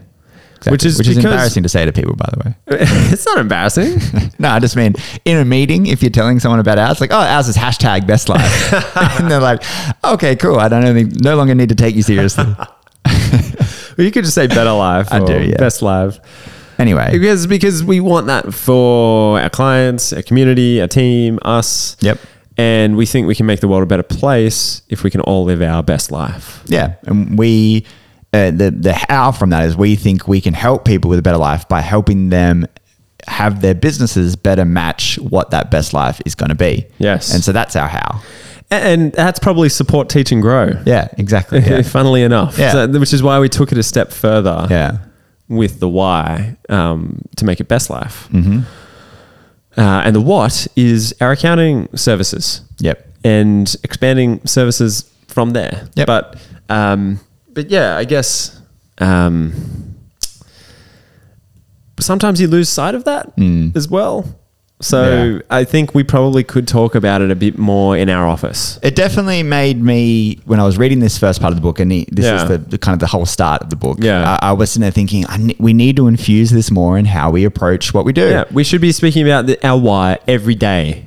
Speaker 2: Exactly.
Speaker 1: Which is
Speaker 2: which is
Speaker 1: because-
Speaker 2: embarrassing to say to people, by the way.
Speaker 1: *laughs* it's not embarrassing.
Speaker 2: *laughs* No, I just mean in a meeting, if you're telling someone about ours, like, oh, ours is hashtag best life. *laughs* and they're like, okay, cool. I don't only, no longer need to take you seriously.
Speaker 1: Well, you could just say better life.
Speaker 2: I
Speaker 1: or
Speaker 2: do, yeah.
Speaker 1: Best life.
Speaker 2: Anyway.
Speaker 1: because because we want that for our clients, our community, our team, us.
Speaker 2: Yep.
Speaker 1: And we think we can make the world a better place if we can all live our best life.
Speaker 2: Yeah. And we, uh, the, the how from that is we think we can help people with a better life by helping them have their businesses better match what that best life is going to be.
Speaker 1: Yes.
Speaker 2: And so that's our how.
Speaker 1: And that's probably support, teach, and grow.
Speaker 2: Yeah, exactly.
Speaker 1: *laughs*
Speaker 2: Yeah.
Speaker 1: Funnily enough,
Speaker 2: Yeah.
Speaker 1: So- which is why we took it a step further
Speaker 2: yeah.
Speaker 1: with the why um, to make it best life.
Speaker 2: Mm-hmm.
Speaker 1: Uh, and the what is our accounting services.
Speaker 2: Yep.
Speaker 1: and expanding services from there.
Speaker 2: Yep.
Speaker 1: But um, but yeah, I guess um, sometimes you lose sight of that as well. So
Speaker 2: Mm. Yeah.
Speaker 1: I think we probably could talk about it a bit more in our office.
Speaker 2: It definitely made me when I was reading this first part of the book, and the- this
Speaker 1: Yeah.
Speaker 2: is the, the kind of the whole start of the book.
Speaker 1: Yeah.
Speaker 2: I, I was sitting there thinking, I ne- we need to infuse this more in how we approach what we do.
Speaker 1: Yeah, we should be speaking about the, our why every day.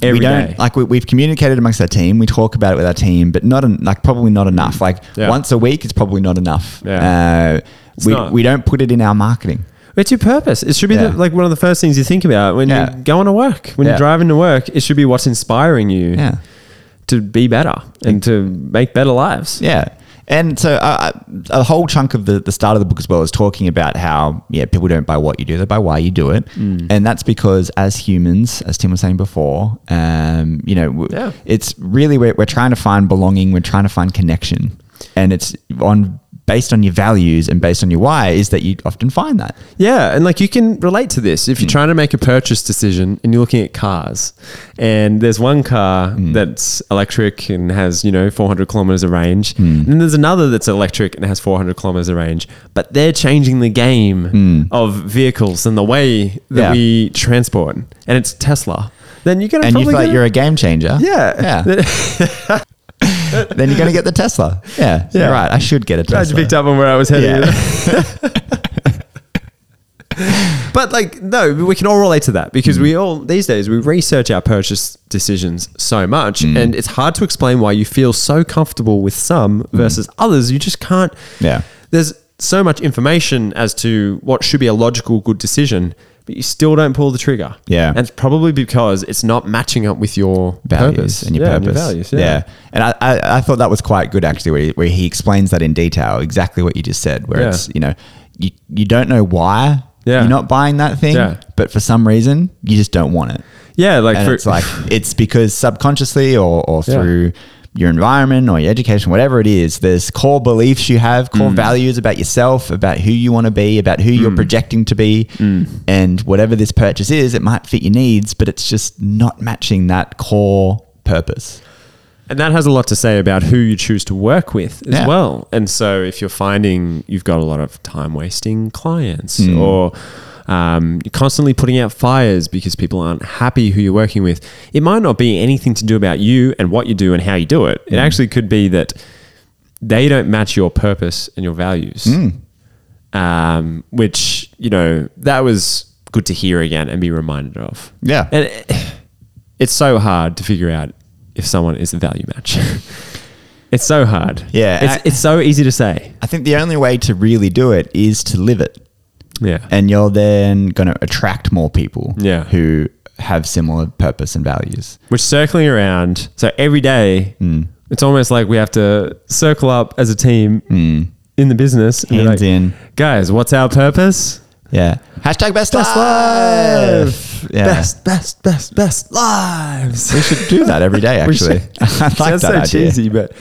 Speaker 2: we
Speaker 1: Every day.
Speaker 2: don't like we, we've communicated amongst our team. We talk about it with our team, but not en- like probably not enough. Like
Speaker 1: Yeah.
Speaker 2: once a week is probably not enough.
Speaker 1: Yeah.
Speaker 2: Uh, we,
Speaker 1: not.
Speaker 2: we don't put it in our marketing.
Speaker 1: It's your purpose. It should be
Speaker 2: Yeah.
Speaker 1: the, like one of the first things you think about when
Speaker 2: Yeah.
Speaker 1: you're going to work, when
Speaker 2: Yeah.
Speaker 1: you're driving to work. It should be what's inspiring you
Speaker 2: Yeah.
Speaker 1: to be better and to make better lives.
Speaker 2: Yeah. And so uh, a whole chunk of the, the start of the book as well is talking about how, yeah, people don't buy what you do, they buy why you do it.
Speaker 1: Mm.
Speaker 2: And that's because as humans, as Tim was saying before, um, you know, w-
Speaker 1: Yeah.
Speaker 2: it's really, we're, we're trying to find belonging, we're trying to find connection. And it's on based on your values and based on your why is that you often find that.
Speaker 1: Yeah, and like you can relate to this
Speaker 2: Hmm.
Speaker 1: if you're trying to make a purchase decision and you're looking at cars, and there's one car
Speaker 2: Hmm.
Speaker 1: that's electric and has you know 400 kilometers of range,
Speaker 2: Hmm.
Speaker 1: and then there's another that's electric and has 400 kilometers of range, but they're changing the game of vehicles and the way that
Speaker 2: Hmm. Yeah.
Speaker 1: we transport, and it's Tesla. Then you're gonna
Speaker 2: And you feel
Speaker 1: probably
Speaker 2: like
Speaker 1: get
Speaker 2: you're a game changer.
Speaker 1: yeah *laughs*
Speaker 2: Yeah. then you're going to get the Tesla. Yeah.
Speaker 1: Yeah.
Speaker 2: You're right. I should get a Tesla.
Speaker 1: Glad you picked up on where I was heading. *laughs* but like, no, we can all relate to that
Speaker 2: Mm.
Speaker 1: because we all these days we research our purchase decisions so much,
Speaker 2: Mm.
Speaker 1: and it's hard to explain why you feel so comfortable with some versus others. You just can't.
Speaker 2: Mm. Yeah.
Speaker 1: there's so much information as to what should be a logical good decision. But you still don't pull the trigger.
Speaker 2: Yeah.
Speaker 1: And it's probably because it's not matching up with your
Speaker 2: values
Speaker 1: purpose.
Speaker 2: and your
Speaker 1: Yeah,
Speaker 2: purpose.
Speaker 1: values.
Speaker 2: And I, I, I thought that was quite good actually, where he, where he explains that in detail, exactly what you just said, where
Speaker 1: Yeah.
Speaker 2: it's, you know, you, you don't know why
Speaker 1: Yeah.
Speaker 2: you're not buying that thing,
Speaker 1: Yeah.
Speaker 2: but for some reason you just don't want it.
Speaker 1: Yeah. Like,
Speaker 2: And
Speaker 1: for- *laughs*
Speaker 2: it's like, it's because subconsciously or, or
Speaker 1: Yeah.
Speaker 2: through your environment or your education, whatever it is, there's core beliefs you have, core values about yourself, about who you want to be, about who you're projecting to be. And whatever this purchase is, it might fit your needs, but it's just not matching that core purpose.
Speaker 1: And that has a lot to say about who you choose to work with as
Speaker 2: Yeah.
Speaker 1: well. And so if you're finding you've got a lot of time wasting clients or um, you're constantly putting out fires because people aren't happy who you're working with, it might not be anything to do about you and what you do and how you do it. It actually could be that they don't match your purpose and your values, um, which, you know, that was good to hear again and be reminded of.
Speaker 2: Yeah.
Speaker 1: And *sighs* it- it's so hard to figure out if someone is a value match. *laughs* it's so hard.
Speaker 2: Yeah,
Speaker 1: It's,
Speaker 2: I-
Speaker 1: it's so easy to say.
Speaker 2: I think the only way to really do it is to live it.
Speaker 1: Yeah.
Speaker 2: And you're then going to attract more people
Speaker 1: Yeah.
Speaker 2: who have similar purpose and values.
Speaker 1: We're circling around. So every day,
Speaker 2: Mm.
Speaker 1: it's almost like we have to circle up as a team in the business. and be
Speaker 2: Mm. Hands in.
Speaker 1: Guys, what's our purpose?
Speaker 2: Yeah. Hashtag best, life. Yeah.
Speaker 1: Best, best, best, best
Speaker 2: *laughs*
Speaker 1: lives.
Speaker 2: We should do that every day,
Speaker 1: *laughs* We
Speaker 2: actually.
Speaker 1: should-
Speaker 2: *laughs* I like
Speaker 1: Sounds
Speaker 2: that
Speaker 1: so
Speaker 2: idea.
Speaker 1: cheesy, but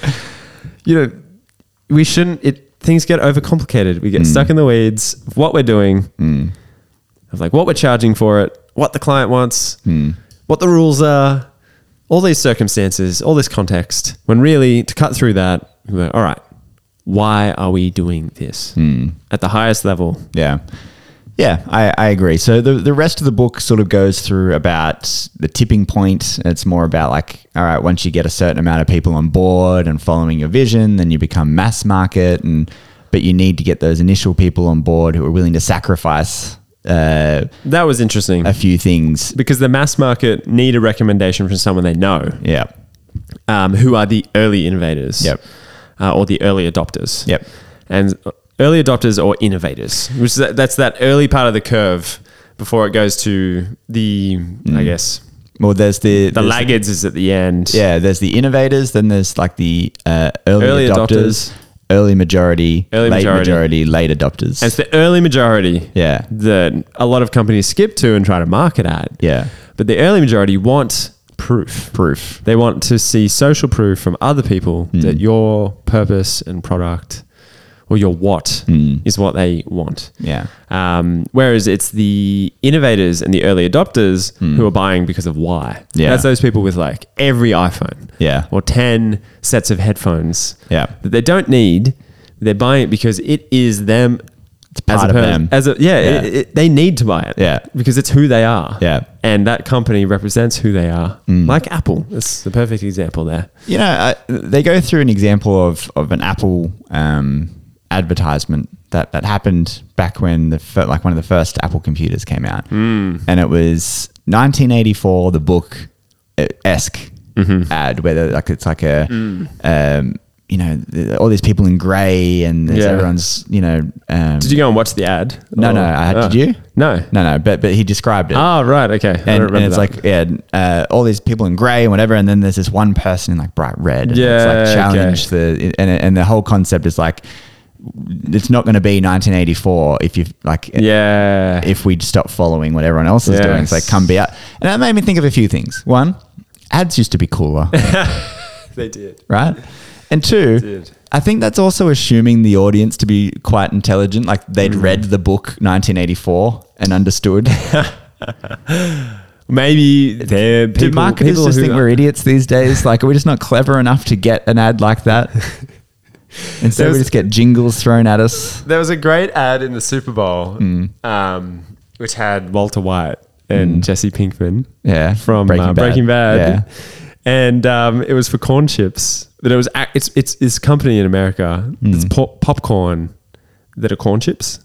Speaker 1: you know, we shouldn't. It things get overcomplicated.
Speaker 2: Mm.
Speaker 1: We get stuck in the weeds of what we're doing, of like what we're charging for it, what the client wants,
Speaker 2: Mm.
Speaker 1: what the rules are, all these circumstances, all this context. When really, to cut through that, we're like, all right, why are we doing this
Speaker 2: Mm.
Speaker 1: at the highest level?
Speaker 2: Yeah. Yeah, I, I agree. So the, the rest of the book sort of goes through about the tipping point. It's more about like, all right, once you get a certain amount of people on board and following your vision, then you become mass market. And but you need to get those initial people on board who are willing to sacrifice uh,
Speaker 1: That was interesting
Speaker 2: a few things.
Speaker 1: because the mass market need a recommendation from someone they know.
Speaker 2: Yeah.
Speaker 1: um, who are the early innovators
Speaker 2: Yep.
Speaker 1: uh, or the early adopters.
Speaker 2: Yep.
Speaker 1: And early adopters or innovators, which is that, that's that early part of the curve before it goes to the,
Speaker 2: Mm.
Speaker 1: I guess,
Speaker 2: Well, there's the
Speaker 1: the
Speaker 2: there's-
Speaker 1: laggards is at the end.
Speaker 2: Yeah, there's the innovators, then there's like the uh, early,
Speaker 1: Early
Speaker 2: adopters,
Speaker 1: adopters.
Speaker 2: early majority,
Speaker 1: Early
Speaker 2: late
Speaker 1: majority.
Speaker 2: majority, late adopters.
Speaker 1: And it's the early majority
Speaker 2: yeah.
Speaker 1: that a lot of companies skip to and try to market at.
Speaker 2: Yeah.
Speaker 1: But the early majority want proof.
Speaker 2: Proof.
Speaker 1: They want to see social proof from other people
Speaker 2: Mm.
Speaker 1: that your purpose and product or your what
Speaker 2: Mm.
Speaker 1: is what they want.
Speaker 2: Yeah.
Speaker 1: Um, whereas it's the innovators and the early adopters who are buying because of why.
Speaker 2: Hmm. Yeah.
Speaker 1: That's those people with like every iPhone
Speaker 2: Yeah.
Speaker 1: or 10 sets of headphones
Speaker 2: Yeah.
Speaker 1: that they don't need. They're buying it because it is them. It's a
Speaker 2: part of
Speaker 1: per-
Speaker 2: them.
Speaker 1: As a, yeah,
Speaker 2: Yeah.
Speaker 1: It, it, they need to buy it.
Speaker 2: Yeah.
Speaker 1: Because it's who they are.
Speaker 2: Yeah. Hmm.
Speaker 1: And that company represents who they are. Like Apple. That's the perfect example there.
Speaker 2: You know, I, they go through an example of, of an Apple um, advertisement that, that happened back when the fir- like one of the first Apple computers came out,
Speaker 1: Hmm.
Speaker 2: mm. and it was 1984, the book uh, esque
Speaker 1: Mm-hmm.
Speaker 2: ad, where they're like it's like a
Speaker 1: Hmm.
Speaker 2: um, you know the- all these people in grey and there's
Speaker 1: Yeah.
Speaker 2: everyone's you know um,
Speaker 1: Did you go and watch the ad?
Speaker 2: no
Speaker 1: Or-
Speaker 2: no I,
Speaker 1: Oh.
Speaker 2: did you
Speaker 1: No.
Speaker 2: no no but but he described it
Speaker 1: Ah, right. Okay. I
Speaker 2: and,
Speaker 1: don't remember
Speaker 2: and it's
Speaker 1: that.
Speaker 2: like yeah, uh, all these people in grey and whatever, and then there's this one person in like bright red. And it's like
Speaker 1: Yeah, okay.
Speaker 2: challenge the and and the whole concept is like it's not going to be 1984 if you like
Speaker 1: yeah.
Speaker 2: if we stop following what everyone else is doing. It's like
Speaker 1: Yes.
Speaker 2: come be out, and that made me think of a few things. One, ads used to be
Speaker 1: *laughs*
Speaker 2: cooler,
Speaker 1: they did.
Speaker 2: right? And two.
Speaker 1: Did.
Speaker 2: I think that's also assuming the audience to be quite intelligent, like they'd
Speaker 1: Mm.
Speaker 2: read the book 1984 and understood. *laughs*
Speaker 1: Maybe they're people.
Speaker 2: Do marketers
Speaker 1: people
Speaker 2: just
Speaker 1: who
Speaker 2: think
Speaker 1: are-
Speaker 2: we're idiots these days? Like, are we just not clever enough to get an ad
Speaker 1: *laughs*
Speaker 2: like that? Instead,
Speaker 1: There was-
Speaker 2: we just get jingles thrown at us.
Speaker 1: There was a great ad in the Super Bowl, um, which had Walter White and Jesse Pinkman,
Speaker 2: Yeah,
Speaker 1: from Hmm. Breaking, uh, Bad. Breaking Bad, and um, it was for corn chips. But it was ac- it's it's this company in America. It's po- popcorn that are corn chips.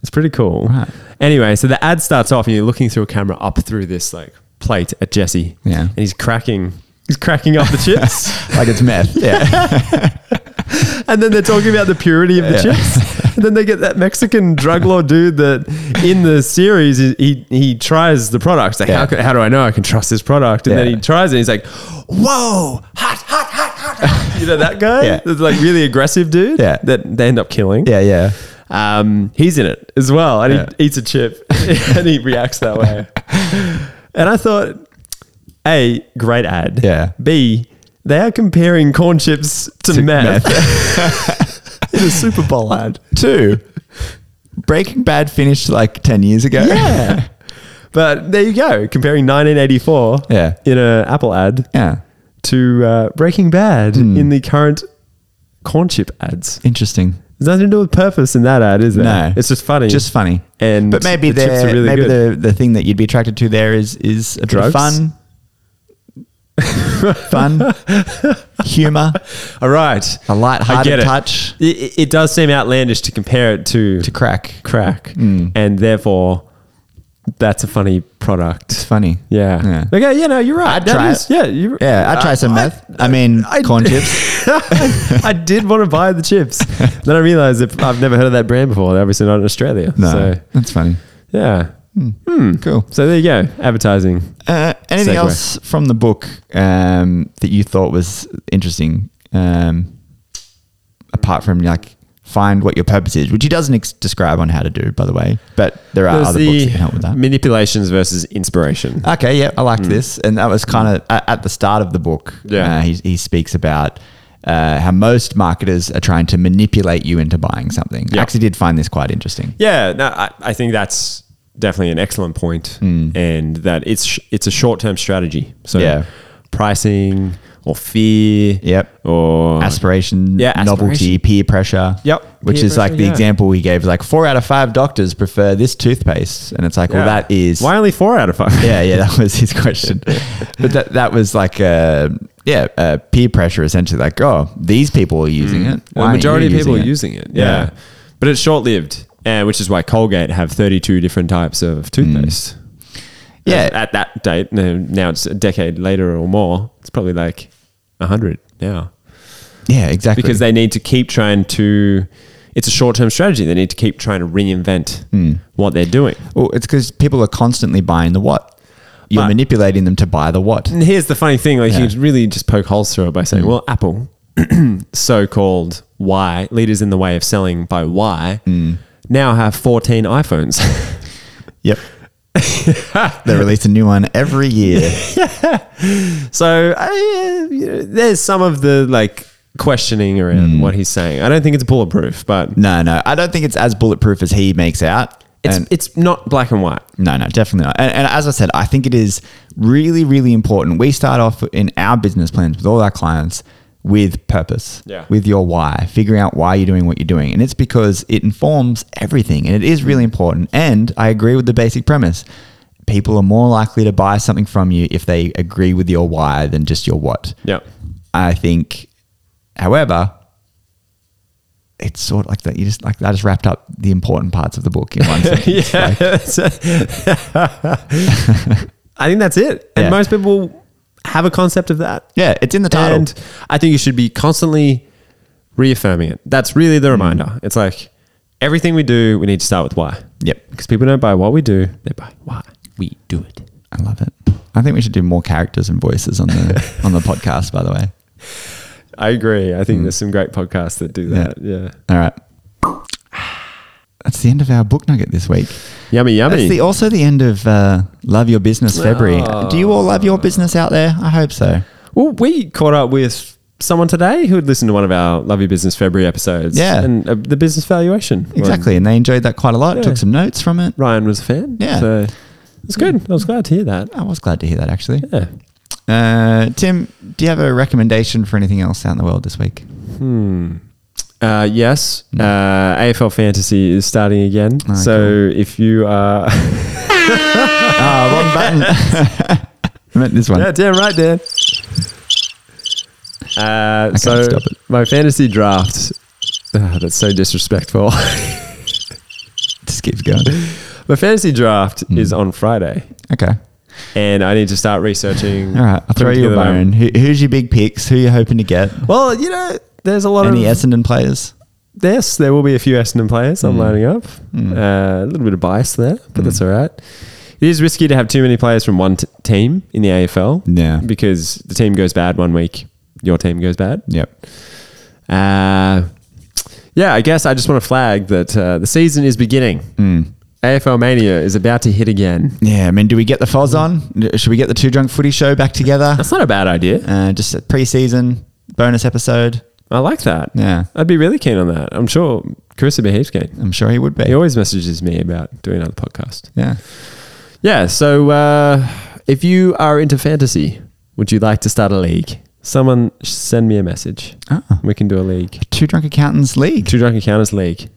Speaker 1: It's pretty cool.
Speaker 2: Right.
Speaker 1: Anyway, so the ad starts off, and you're looking through a camera up through this like plate at Jesse.
Speaker 2: Yeah.
Speaker 1: and he's cracking. He's cracking up the *laughs* chips.
Speaker 2: Yeah, like it's meth. Yeah,
Speaker 1: and then they're talking about the purity of the
Speaker 2: Yeah. *laughs*
Speaker 1: chips. And then they get that Mexican drug law dude that in the series he he, he tries the products. Like, how,
Speaker 2: Yeah.
Speaker 1: could, how do I know I can trust this product? And then
Speaker 2: Yeah.
Speaker 1: he tries it. And he's like, *laughs* "Whoa, hot, hot, hot, hot!" hot." You know that guy?
Speaker 2: Yeah.
Speaker 1: That's like really aggressive dude.
Speaker 2: Yeah.
Speaker 1: That they end up killing.
Speaker 2: yeah, yeah.
Speaker 1: Um, he's in it as well, and
Speaker 2: Yeah.
Speaker 1: he eats a chip *laughs* and he reacts that
Speaker 2: *laughs*
Speaker 1: way. and I thought, a great ad.
Speaker 2: Yeah.
Speaker 1: B they are comparing corn chips to, meth. *laughs*
Speaker 2: *laughs*
Speaker 1: in a Super Bowl ad.
Speaker 2: Two. Breaking Bad finished like ten years ago.
Speaker 1: Yeah. but there you go, comparing 1984
Speaker 2: Yeah.
Speaker 1: in an Apple ad
Speaker 2: *laughs* yeah.
Speaker 1: to uh, Breaking Bad
Speaker 2: Hmm.
Speaker 1: in the current corn chip ads.
Speaker 2: Interesting.
Speaker 1: There's nothing to do with purpose in that ad, is there?
Speaker 2: No,
Speaker 1: It's just funny.
Speaker 2: Just funny.
Speaker 1: And
Speaker 2: but maybe
Speaker 1: the chips
Speaker 2: the
Speaker 1: are really
Speaker 2: maybe
Speaker 1: good.
Speaker 2: the the thing that you'd be attracted to there is is a
Speaker 1: Drugs?
Speaker 2: bit
Speaker 1: *laughs*
Speaker 2: of fun, fun, humor,
Speaker 1: All right.
Speaker 2: a
Speaker 1: I get
Speaker 2: light-hearted
Speaker 1: it.
Speaker 2: touch
Speaker 1: It, it does seem outlandish to compare it to,
Speaker 2: to crack.
Speaker 1: crack,
Speaker 2: Hmm.
Speaker 1: and therefore that's a funny
Speaker 2: It's
Speaker 1: product.
Speaker 2: funny.
Speaker 1: Yeah.
Speaker 2: Yeah.
Speaker 1: Okay. Yeah. No, you're right.
Speaker 2: I'd try it.
Speaker 1: Yeah. You're,
Speaker 2: Yeah, I'd try some meth. I mean, corn *laughs* chips.
Speaker 1: *laughs* I did want to buy the chips. then I realized that I've never heard of that brand before. They're obviously not in Australia.
Speaker 2: No,
Speaker 1: So
Speaker 2: that's funny.
Speaker 1: yeah.
Speaker 2: Cool.
Speaker 1: So there you go. Advertising.
Speaker 2: Uh, anything
Speaker 1: Segue.
Speaker 2: else from the book um, that you thought was interesting, um, apart from like find what your purpose is, which he doesn't ex- describe on how to do, by the way. But there are
Speaker 1: There's
Speaker 2: other books that can help with that.
Speaker 1: manipulations versus inspiration.
Speaker 2: Okay, yeah, I liked this, and that was kind of at, at the start of the book.
Speaker 1: Hmm. Yeah.
Speaker 2: uh, he he speaks about. Uh, how most marketers are trying to manipulate you into buying something. I
Speaker 1: Yeah.
Speaker 2: actually did find this quite interesting.
Speaker 1: Yeah, no, I, I think that's definitely an excellent point, and that it's sh- it's a short term strategy. So
Speaker 2: Yeah.
Speaker 1: pricing or fear,
Speaker 2: Yep.
Speaker 1: or
Speaker 2: aspiration,
Speaker 1: Yeah,
Speaker 2: novelty,
Speaker 1: aspiration.
Speaker 2: peer pressure.
Speaker 1: Yep.
Speaker 2: Which
Speaker 1: Peer
Speaker 2: is like
Speaker 1: pressure,
Speaker 2: the
Speaker 1: yeah.
Speaker 2: example we gave, like four out of five doctors prefer this toothpaste. And it's like, well,
Speaker 1: Yeah.
Speaker 2: that is.
Speaker 1: why only four out of five.
Speaker 2: Yeah, yeah, that was his question.
Speaker 1: *laughs*
Speaker 2: but that, that was like, uh, yeah, uh, peer pressure essentially. Like, oh, these people are using it. Why
Speaker 1: Hmm. the
Speaker 2: aren't
Speaker 1: majority of
Speaker 2: you
Speaker 1: people are using it. Yeah, but it's short lived, and which is why Colgate have thirty two different types of toothpaste.
Speaker 2: Mm. Yeah.
Speaker 1: At, at that date, no, now it's a decade later or more. It's probably like hundred now.
Speaker 2: Yeah, exactly.
Speaker 1: because they need to keep trying to. It's a short-term strategy. They need to keep trying to reinvent
Speaker 2: Mm.
Speaker 1: what they're doing.
Speaker 2: well, it's because people are constantly buying the what. You're
Speaker 1: But-
Speaker 2: manipulating them to buy the what.
Speaker 1: And here's the funny thing: like
Speaker 2: Yeah. Mm.
Speaker 1: you could really just poke holes through it by saying, "Well, Apple *clears throat* so-called Y leaders in the way of selling by Y
Speaker 2: Mm.
Speaker 1: now have 14 iPhones. *laughs*
Speaker 2: Yep. *laughs* they release a new one
Speaker 1: *laughs*
Speaker 2: every year.
Speaker 1: so I, uh, you know, there's some of the like questioning around what he's saying. I don't think it's bulletproof, but
Speaker 2: No, no, I don't think it's as bulletproof as he makes out.
Speaker 1: it's
Speaker 2: And-
Speaker 1: it's not black and white.
Speaker 2: No, no, definitely not. And, and as I said, I think it is really, really important. We start off in our business plans with all our clients with purpose,
Speaker 1: Yeah.
Speaker 2: with your why, figuring out why you're doing what you're doing. And it's because it informs everything and it is really important. And I agree with the basic premise people are more likely to buy something from you if they agree with your why than just your what.
Speaker 1: Yeah.
Speaker 2: I think, however, it's sort of like that. You just like I just wrapped up the important parts of the book in one
Speaker 1: *laughs*
Speaker 2: sentence.
Speaker 1: Yeah. *laughs* I think that's it. And
Speaker 2: Yeah.
Speaker 1: most people have a concept of that.
Speaker 2: Yeah, it's in the title.
Speaker 1: And I think you should be constantly reaffirming it. That's really the reminder. It's like everything we do, we need to start with why.
Speaker 2: Yep.
Speaker 1: Because people don't buy what we do, they buy why.
Speaker 2: we do it. I love it. I think we should do more characters and voices on the on the podcast. By the way,
Speaker 1: I agree. I think there's some great podcasts that do
Speaker 2: Yeah.
Speaker 1: that. Hmm. Yeah.
Speaker 2: all right. That's the end of our book nugget this week.
Speaker 1: Yummy, yummy.
Speaker 2: That's the, also the end of uh, Love Your Business February. Do you all love your business out there? I hope so.
Speaker 1: well, we caught up with someone today who had listened to one of our Love Your Business February episodes.
Speaker 2: Yeah.
Speaker 1: And uh, the business valuation. one.
Speaker 2: Exactly, and they enjoyed that quite a lot.
Speaker 1: Yeah.
Speaker 2: Took some notes from it.
Speaker 1: Ryan was a fan.
Speaker 2: Yeah.
Speaker 1: So it's good. I was glad to hear that.
Speaker 2: I was glad to hear that actually.
Speaker 1: Yeah.
Speaker 2: Uh, Tim, do you have a recommendation for anything else out in the world this week?
Speaker 1: Uh, yes,
Speaker 2: Mm.
Speaker 1: uh, AFL Fantasy is starting again.
Speaker 2: Oh,
Speaker 1: so if you are, *laughs*
Speaker 2: Ah, wrong button. *laughs* I meant this one.
Speaker 1: yeah, damn right, Dan. Uh, so
Speaker 2: stop it.
Speaker 1: my fantasy draft. *sighs* Ah, that's so disrespectful. *laughs*
Speaker 2: Just keeps going.
Speaker 1: my fantasy draft
Speaker 2: Mm.
Speaker 1: is on Friday,
Speaker 2: Okay.
Speaker 1: and I need to start researching.
Speaker 2: All right, I'll throw
Speaker 1: putting
Speaker 2: you a
Speaker 1: together my-
Speaker 2: bone. Who, who's your big picks? Who you hoping to get?
Speaker 1: Well, um, you know, there's a lot
Speaker 2: Any
Speaker 1: of
Speaker 2: Essendon players?
Speaker 1: Yes, there will be a few Essendon players I'm lining up. Uh, a little bit of bias there, but that's all right. It is risky to have too many players from one t- team in the AFL.
Speaker 2: Yeah.
Speaker 1: Because the team goes bad one week, your team goes bad.
Speaker 2: Yep.
Speaker 1: Uh, yeah, I guess I just want to flag that uh, the season is beginning. AFL Mania is about to hit again.
Speaker 2: Yeah, I mean, do we get the Foz on? Should we get the Two Drunk Footy Show back together?
Speaker 1: That's not a bad idea.
Speaker 2: Uh, just a preseason bonus episode.
Speaker 1: I like that.
Speaker 2: Yeah,
Speaker 1: I'd be really keen on that. I'm sure Chris would be heaps keen.
Speaker 2: I'm sure he would
Speaker 1: He
Speaker 2: be.
Speaker 1: always messages me about doing another podcast.
Speaker 2: Yeah.
Speaker 1: Yeah. So uh, if you are into fantasy, would you like to start a league? Someone sh- send me a message.
Speaker 2: Ah.
Speaker 1: We can do a league.
Speaker 2: Two Drunk Accountants League.
Speaker 1: Two Drunk Encounters League.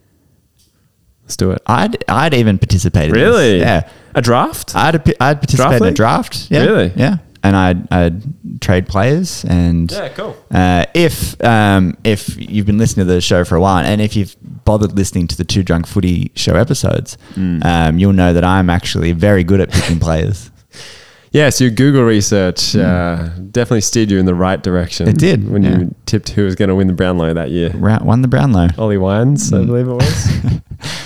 Speaker 1: Let's do it.
Speaker 2: I'd I'd even participate. In
Speaker 1: Really?
Speaker 2: this. Yeah.
Speaker 1: A draft?
Speaker 2: I'd I'd participate
Speaker 1: Draft
Speaker 2: in a
Speaker 1: league?
Speaker 2: draft. Yeah.
Speaker 1: Really?
Speaker 2: Yeah. And I'd I'd trade players and
Speaker 1: cool.
Speaker 2: Uh, if um, if you've been listening to the show for a while, and if you've bothered listening to the two drunk footy show episodes,
Speaker 1: Mm.
Speaker 2: um, you'll know that I'm actually very good at
Speaker 1: *laughs*
Speaker 2: picking players.
Speaker 1: Yeah, so your Google research uh, definitely steered you in the right direction.
Speaker 2: It did,
Speaker 1: When
Speaker 2: yeah.
Speaker 1: you tipped who was going to win the Brownlow that year.
Speaker 2: Ra- Won the Brownlow.
Speaker 1: Ollie Wines, I believe it was. *laughs*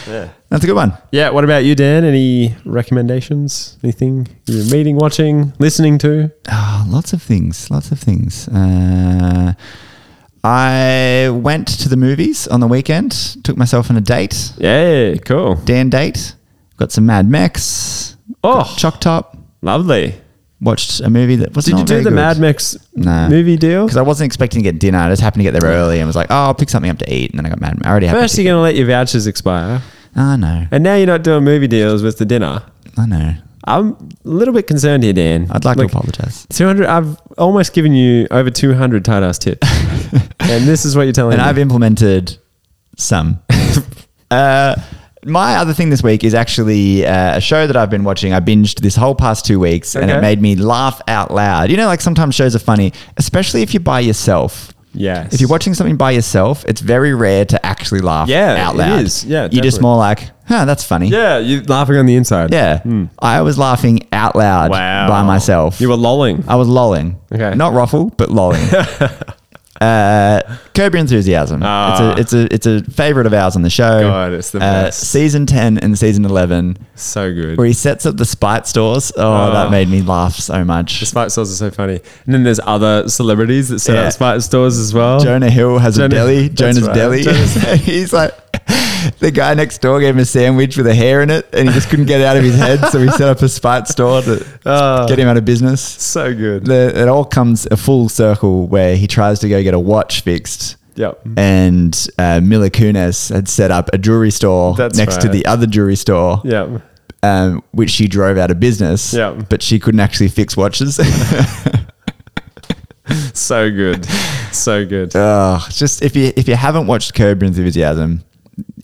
Speaker 2: That's a good one.
Speaker 1: yeah, what about you, Dan? Any recommendations? Anything you're meeting, watching, listening to?
Speaker 2: Oh, lots of things. Lots of things. Uh, I went to the movies on the weekend. Took myself on a date,
Speaker 1: Yeah, cool.
Speaker 2: Dan date. Got some Mad Max.
Speaker 1: Oh.
Speaker 2: got Choc Top.
Speaker 1: Lovely.
Speaker 2: Watched a movie that was
Speaker 1: Did
Speaker 2: not
Speaker 1: you do
Speaker 2: very
Speaker 1: the
Speaker 2: good.
Speaker 1: Mad Max
Speaker 2: Nah.
Speaker 1: movie deal?
Speaker 2: because I wasn't expecting to get dinner. I just happened to get there early and was like, oh, I'll pick something up to eat. And then I got mad. I already have.
Speaker 1: First, you're going to let your vouchers expire,
Speaker 2: I know.
Speaker 1: and now you're not doing movie deals with the dinner.
Speaker 2: I know.
Speaker 1: I'm a little bit concerned here, Dan.
Speaker 2: I'd like
Speaker 1: Look,
Speaker 2: to apologize.
Speaker 1: 200. I've almost given you over 200 tight ass
Speaker 2: *laughs*
Speaker 1: tips, and this is what you're telling
Speaker 2: And
Speaker 1: me.
Speaker 2: I've implemented some. *laughs* uh, my other thing this week is actually uh, a show that I've been watching. I binged this whole past two weeks and it
Speaker 1: Okay.
Speaker 2: made me laugh out loud. You know, like sometimes shows are funny, especially if you're by yourself.
Speaker 1: yes.
Speaker 2: If you're watching something by yourself, it's very rare to actually laugh
Speaker 1: Yeah,
Speaker 2: out
Speaker 1: it
Speaker 2: loud.
Speaker 1: is. Yeah,
Speaker 2: You're just
Speaker 1: definitely.
Speaker 2: more like, huh, that's funny.
Speaker 1: yeah, you're laughing on the inside.
Speaker 2: Yeah. I was laughing out loud by myself.
Speaker 1: Hmm. You were lolling.
Speaker 2: I was lolling.
Speaker 1: Okay. *laughs*
Speaker 2: Not ruffle, but lolling. Uh, Curb Your Enthusiasm.
Speaker 1: Ah.
Speaker 2: It's a it's a it's a favorite of ours on the show. Uh,
Speaker 1: God, it's the best.
Speaker 2: Season ten and season eleven,
Speaker 1: So good.
Speaker 2: where he sets up the spite stores. Oh,
Speaker 1: Ah.
Speaker 2: that made me laugh so much.
Speaker 1: The Spite stores are so funny. And then there's other celebrities that set
Speaker 2: Yeah.
Speaker 1: up Spite stores as well.
Speaker 2: Jonah Hill has
Speaker 1: Jonah-
Speaker 2: a deli.
Speaker 1: that's
Speaker 2: Jonah's
Speaker 1: right.
Speaker 2: deli. *laughs*
Speaker 1: Jonah's-
Speaker 2: He's like. The guy next door gave him a sandwich with a hair in it, and he just couldn't get it out of his head. So he set up a spite
Speaker 1: *laughs*
Speaker 2: store to
Speaker 1: Oh.
Speaker 2: get him out of business.
Speaker 1: So good.
Speaker 2: the, it all comes a full circle where he tries to go get a watch fixed.
Speaker 1: Yep.
Speaker 2: And uh, Mila Kunis had set up a jewelry store
Speaker 1: That's
Speaker 2: next to
Speaker 1: right.
Speaker 2: the other jewelry store,
Speaker 1: Yep.
Speaker 2: um, which she drove out of business.
Speaker 1: Yep.
Speaker 2: But she couldn't actually fix watches. *laughs*
Speaker 1: So good. So good.
Speaker 2: Ugh, it's just if you if you haven't watched Curb Your Enthusiasm,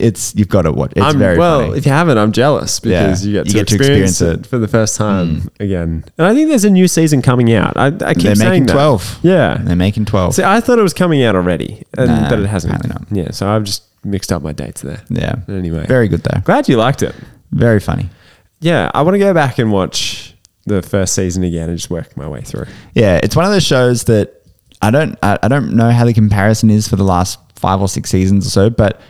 Speaker 2: it's you've got to watch. It's
Speaker 1: I'm,
Speaker 2: very
Speaker 1: well,
Speaker 2: funny.
Speaker 1: if you haven't, I'm jealous because
Speaker 2: Yeah.
Speaker 1: you get,
Speaker 2: You
Speaker 1: to,
Speaker 2: get to
Speaker 1: experience
Speaker 2: experience Hmm.
Speaker 1: it for the first time again. And I think there's a new season coming out. I, I keep
Speaker 2: They're
Speaker 1: saying
Speaker 2: making
Speaker 1: that.
Speaker 2: twelve.
Speaker 1: Yeah.
Speaker 2: they're making twelve.
Speaker 1: See, I thought it was coming out already, and,
Speaker 2: Nah,
Speaker 1: but it hasn't.
Speaker 2: apparently
Speaker 1: Yeah, so I've just mixed up my dates there.
Speaker 2: yeah.
Speaker 1: Anyway.
Speaker 2: very good though.
Speaker 1: Glad you liked it.
Speaker 2: Very funny.
Speaker 1: Yeah, I want to go back and watch the first season again and just work my way through.
Speaker 2: Yeah, it's one of those shows that I don't I, I don't know how the comparison is for the last five or six seasons or so, but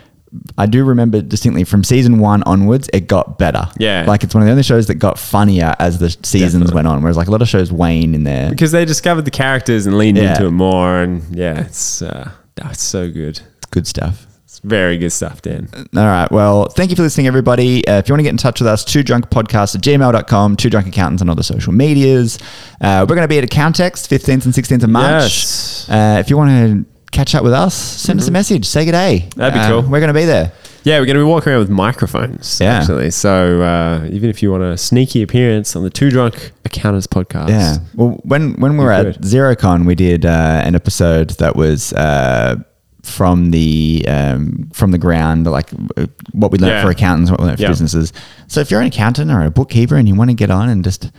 Speaker 2: I do remember distinctly from season one onwards, it got better.
Speaker 1: Yeah.
Speaker 2: like it's one of the only shows that got funnier as the seasons went on. Whereas like a lot of shows wane in there.
Speaker 1: because they discovered the characters and leaned
Speaker 2: Yeah.
Speaker 1: into it more. And yeah, it's uh, that's so good.
Speaker 2: Good stuff.
Speaker 1: It's very good stuff, Dan.
Speaker 2: All right. Well, thank you for listening, everybody. Uh, if you want to get in touch with us, two drunk podcast at gmail.com, two drunk accountants on all the social medias. Uh, we're going to be at Accountex 15th and 16th of March.
Speaker 1: Yes.
Speaker 2: Uh, if you want to catch up with us, send us a message. Say good day.
Speaker 1: Mm-hmm. That'd be
Speaker 2: Uh,
Speaker 1: cool.
Speaker 2: We're going to be there.
Speaker 1: Yeah, we're going to be walking around with microphones,
Speaker 2: Yeah.
Speaker 1: actually. So uh, even if you want a sneaky appearance on the Two Drunk Accountants podcast,
Speaker 2: Yeah. Well, when when we were
Speaker 1: You
Speaker 2: at
Speaker 1: could.
Speaker 2: ZeroCon, we did uh, an episode that was uh, from the um, from the ground, like uh, what we learned
Speaker 1: Yeah.
Speaker 2: for accountants, what we learned for
Speaker 1: Yeah.
Speaker 2: businesses. So if you're an accountant or a bookkeeper and you want to get on and just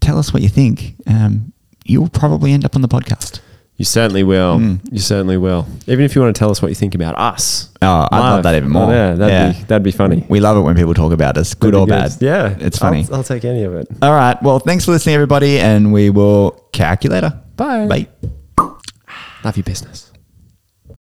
Speaker 2: tell us what you think, um, you'll probably end up on the podcast.
Speaker 1: you certainly will.
Speaker 2: Mm.
Speaker 1: You certainly will. Even if you want to tell us what you think about us.
Speaker 2: Oh, I'd love
Speaker 1: live.
Speaker 2: that even
Speaker 1: Oh,
Speaker 2: more.
Speaker 1: yeah, that'd,
Speaker 2: Yeah.
Speaker 1: Be, that'd be funny.
Speaker 2: We love it when people talk about us, good
Speaker 1: That'd
Speaker 2: or
Speaker 1: be
Speaker 2: bad.
Speaker 1: Yeah.
Speaker 2: it's funny.
Speaker 1: I'll, I'll take any of it.
Speaker 2: All right. Well, thanks for listening, everybody, and we will calculate later.
Speaker 1: Bye.
Speaker 2: Bye.
Speaker 1: Love your business.